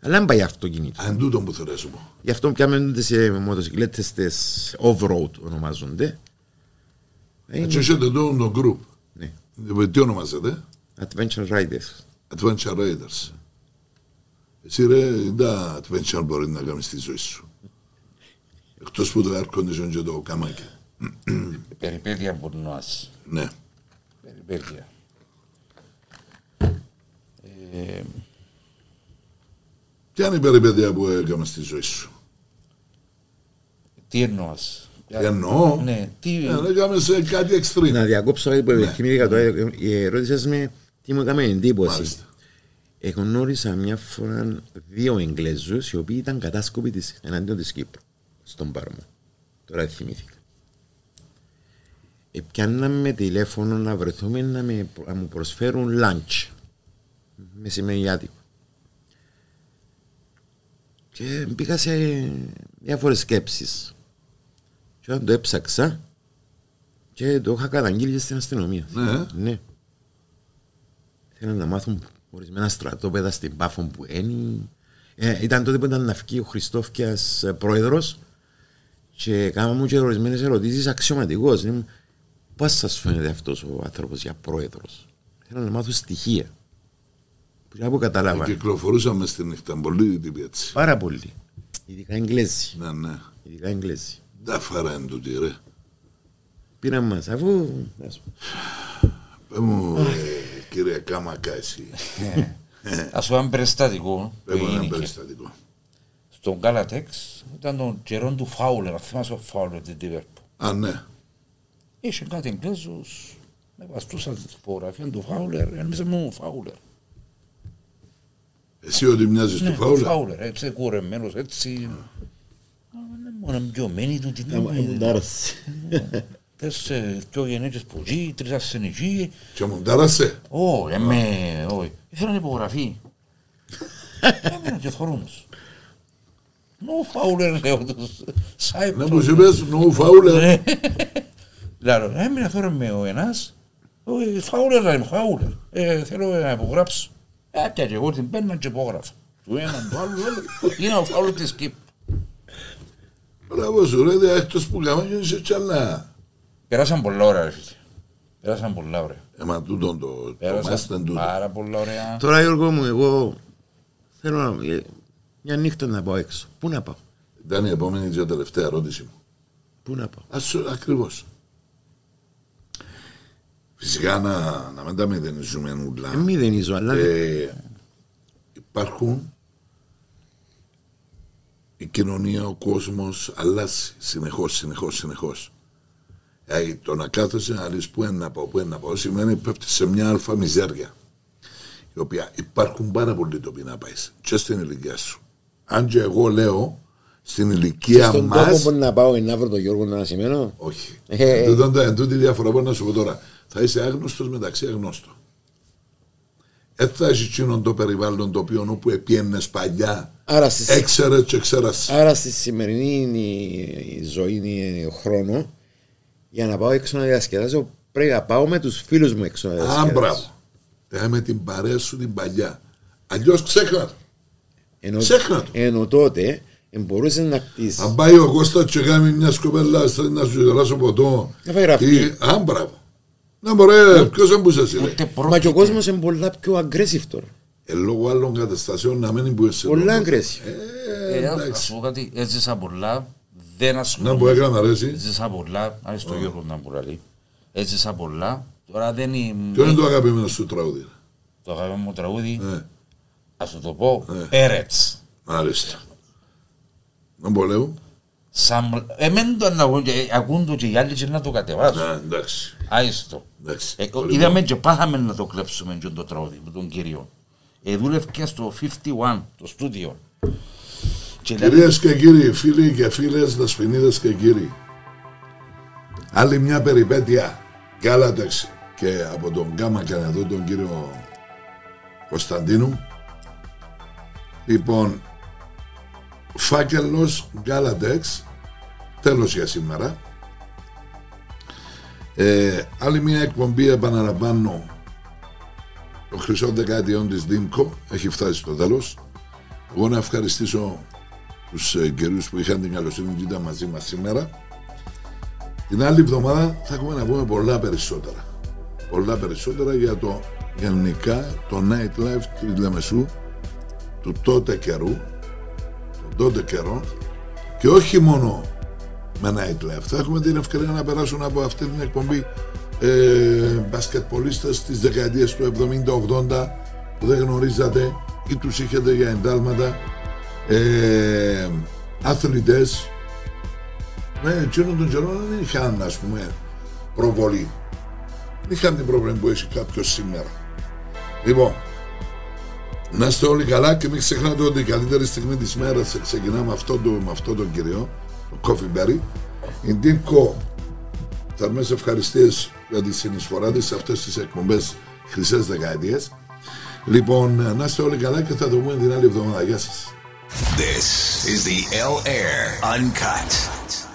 S2: Αλλά δεν πάει αυτοκίνητος.
S1: Αν τούτο που θέλω να σου πω.
S2: Γι' αυτό πιάνονται σε μοτοσυκλέτες τις off-road ονομάζονται. Είναι
S1: Έτσι έχετε το το group.
S2: Ναι.
S1: Ε, Τι ονομάζεται.
S2: adventure riders.
S1: Adventure Raiders. Εσύ ρε, τα adventure μπορεί να κάνεις στη ζωή σου. Εκτός που το air condition και το καμάκι.
S3: Περιπέτεια μπορνάς.
S1: Ναι.
S3: Περιπέτεια. Ε,
S1: Ποια είναι η περιπέτεια που έκαμε στη ζωή σου.
S3: τι εννοάς.
S1: Τι εννοώ.
S3: Ναι, τι...
S1: Ε, Έκαμε σε κάτι extreme.
S2: Να διακόψω κάτι που επιθυμήθηκα τώρα. Ερώτησες με τι μου έκανε εντύπωση.
S1: Μάλιστα.
S2: Εγνώρισα μια φορά δύο Εγγλέζους οι οποίοι ήταν κατάσκοποι της, εναντίον της Κύπρου στον Πάρμο. Τώρα θυμήθηκα. Επιάνναμε με τηλέφωνο να βρεθούμε να, με, να μου προσφέρουν lunch. Μεσημεριάτικο. Και μπήκα σε διάφορες σκέψεις. Και όταν το έψαξα και το είχα καταγγείλει και στην αστυνομία.
S1: Ναι, ε.
S2: ναι. Θέλαν να μάθουν ορισμένα στρατόπεδα στην Πάφο που ένι. Ε, ήταν τότε που ήταν ναυκή ο Χριστόφκιας ε, πρόεδρος και κάναμε μου και ορισμένες ερωτήσεις αξιωματικός. Είναι, πώς σας φαίνεται αυτός ο άνθρωπος για πρόεδρος. Θέλαν να μάθουν στοιχεία. Που από καταλάβα.
S1: Ε, Κυκλοφορούσαμε στη νύχτα. Πολύ τύπη έτσι.
S2: Πάρα πολύ. Ειδικά Εγγλέζοι.
S1: Ναι, ναι.
S2: Ειδικά Εγγλέζοι.
S1: Τα φαρά είναι τούτη ρε.
S2: Πήραν μας αφού... ας πούμε,
S1: Πες μου, ε, κύριε Κάμακα εσύ.
S3: Ναι. Ας πούμε ένα περιστατικό που
S1: Πες μου ένα
S3: έγινε
S1: περιστατικό.
S3: στον Κάλατεξ ήταν τον καιρό του Φάουλερ, αν θυμάσαι ο Φάουλερ την Τιβέρπο.
S1: Α, ναι.
S3: Είχε κάτι Εγγλέζους, με βαστούσαν τη φωτογραφία του Φάουλερ, νομίζω μου ο Φάουλερ. Ναι,
S1: Εσύ ότι μοιάζεις του Ναι, Φαούλα.
S3: Φάουλερ, έτσι κουρεμένος, έτσι. Μόνο μπιωμένοι του
S1: Ε,
S3: την Τες ε, δυο γυναίκες που ζει, τρεις ασθενικοί.
S1: Και μου τάρασε.
S3: Ω, εμέ, όχι. Ήθελα να
S1: *laughs*
S3: υπογραφεί. Έμεινα και θορούμος. Νο φάουλερ, λέω τους.
S1: Ναι, μου
S3: Σάιπτος.
S1: σου πες, νου Φαούλα.
S3: Ναι. ε, Λέω, έμεινα τώρα με ο ένας. «Ω, Φάουλερ, λέει, φάουλερ. Ε, Θέλω να υπογράψω. Ε, πια και εγώ την παίρνα και υπόγραφα. Του έναν, του άλλου, όλο. Είναι ο φάουλερ της Κύπρου.
S1: Μπράβο σου ρε, δε, εκτός που καμάκι είσαι τσαλά.
S3: Περάσαν πολλά ωραία, ρε φίλε. Περάσαν πολλά ωραία.
S1: Ε, μα τούτον το, το μας
S3: Πέρασαν
S1: ήταν τούτο.
S3: πάρα πολλά ωραία.
S2: Τώρα Γιώργο μου, εγώ θέλω να... ε, μια νύχτα να πάω έξω. Πού να πάω.
S1: Ήταν η επόμενη και τελευταία ερώτηση μου.
S2: Πού να πάω.
S1: Ας, ακριβώς. Φυσικά να, να μην τα μηδενίζουμε ούλα.
S2: Ε, μηδενίζω, αλλά...
S1: Ε, υπάρχουν η κοινωνία, ο κόσμος αλλάζει συνεχώς, συνεχώς, συνεχώς. Ε, το να κάθεσαι να λες πού είναι να πάω, πού είναι να πάω, σημαίνει πέφτεις σε μια αλφα μιζέρια. Η οποία υπάρχουν πάρα πολλοί τοποί να πάεις και στην ηλικία σου. Αν και εγώ λέω στην ηλικία
S2: Στον τόπο
S1: μας...
S2: μπορεί να πάω να βρω τον Γιώργο να σημαίνω.
S1: Όχι.
S2: Ε,
S1: Εν τούτον το- Εν τούτη διαφορά μπορώ να σου πω τώρα. Θα είσαι άγνωστος μεταξύ αγνώστων. Δεν θα έχεις εκείνον το περιβάλλον το οποίο όπου επίενε παλιά
S2: Άρα στη,
S1: έξερες και ξέρας.
S2: άρα στη σημερινή είναι η- η ζωή είναι ο χρόνος. Για να πάω έξω να διασκεδάσω πρέπει να πάω με τους φίλους μου έξω να διασκεδάσω.
S1: Α, μπράβο. Ε, με την παρέα σου την παλιά. Αλλιώς ξέχνα. το.
S2: Ενώ,
S1: Ξέχνα το.
S2: ενώ τότε ε, μπορούσες να κτίσεις.
S1: Αν πάει ο Κώστας και κάνει μια σκοπέλα θέλει να σου γελάσω ποτό.
S2: Να φάει ραφτή.
S1: Ή- Α, μπράβο. Να
S2: Ε,
S1: μωρέ, ποιος δεν μπούσε εσύ. ρε.
S3: Ούτε
S2: Μα και ο
S3: πρόκειται.
S2: κόσμος είναι πολλά πιο aggressive τώρα.
S1: Ε, λόγω άλλων καταστασιών να μην μπούσε. σε
S2: Πολλά
S1: λόγος.
S2: aggressive.
S1: Ε,
S3: Ε, ας- Ας
S1: εντάξει.
S3: πω κάτι, έζησα πολλά, δεν
S1: Να που
S3: ασχολούμαι.
S1: έκανα ρε
S2: Ε,
S1: εσύ.
S3: Έζησα πολλά, άρεσε στο Γιώργο να μου λέει. Έζησα πολλά, τώρα δεν
S1: Ποιο είναι
S3: είμαι...
S1: το αγαπημένο σου τραγούδι.
S3: Το αγαπημένο μου τραγούδι,
S1: ρε? Ε.
S3: ας το το πω,
S1: Ε.
S3: Πέρετς.
S1: Μάλιστα. Να πολεύω.
S3: Σαν- Εμέν το να ακούν και- ακούν το και οι άλλοι και να το κατεβάσουν.
S1: Ναι, εντάξει.
S3: Άιστο.
S1: εντάξει.
S3: Ε,
S1: Λοιπόν,
S3: Είδαμε και πάθαμε να το κλέψουμε και το τραγούδι με τον κύριο. Ε, δούλευκε στο 51, το στούντιο. Και λέμε,
S1: Κυρίες και κύριοι, φίλοι και φίλες, δασποινίδες και κύριοι, Άλλη μια περιπέτεια. Γκάλατεξ και από τον Γκάμα Καναδού, τον κύριο Κωνσταντίνου. Λοιπόν, φάκελος Γκάλατεξ, τέλος για σήμερα. Ε, άλλη μια εκπομπή, επαναλαμβάνω, το χρυσό δεκαετιών της Δήμκο έχει φτάσει στο τέλος. Εγώ να ευχαριστήσω τους ε, καιρούς που είχαν την καλοσύνη και ήταν μαζί μας σήμερα. Την άλλη εβδομάδα θα έχουμε να πούμε πολλά περισσότερα. Πολλά περισσότερα για το γενικά το nightlife της Λεμεσού του τότε καιρού, των τότε καιρών και όχι μόνο με nightlife. Θα έχουμε την ευκαιρία να περάσουν από αυτή την εκπομπή ε, μπασκετπολίστες της δεκαετίας του 70-80 που δεν γνωρίζατε ή τους είχατε για εντάλματα ε, αθλητές ναι, εκείνον τον καιρό δεν είχαν ας πούμε προβολή δεν είχαν την προβολή που έχει κάποιος σήμερα λοιπόν να είστε όλοι καλά και μην ξεχνάτε ότι η καλύτερη στιγμή της μέρας ξεκινά με αυτόν τον, με αυτόν τον κύριο τον Coffee Berry η Deepco θερμές ευχαριστίες για τη συνεισφορά της σε αυτές τις εκπομπές χρυσές δεκαετίες. Λοιπόν, να είστε όλοι καλά και θα το πούμε την άλλη εβδομάδα. Γεια σας.
S4: This is the L Air Uncut.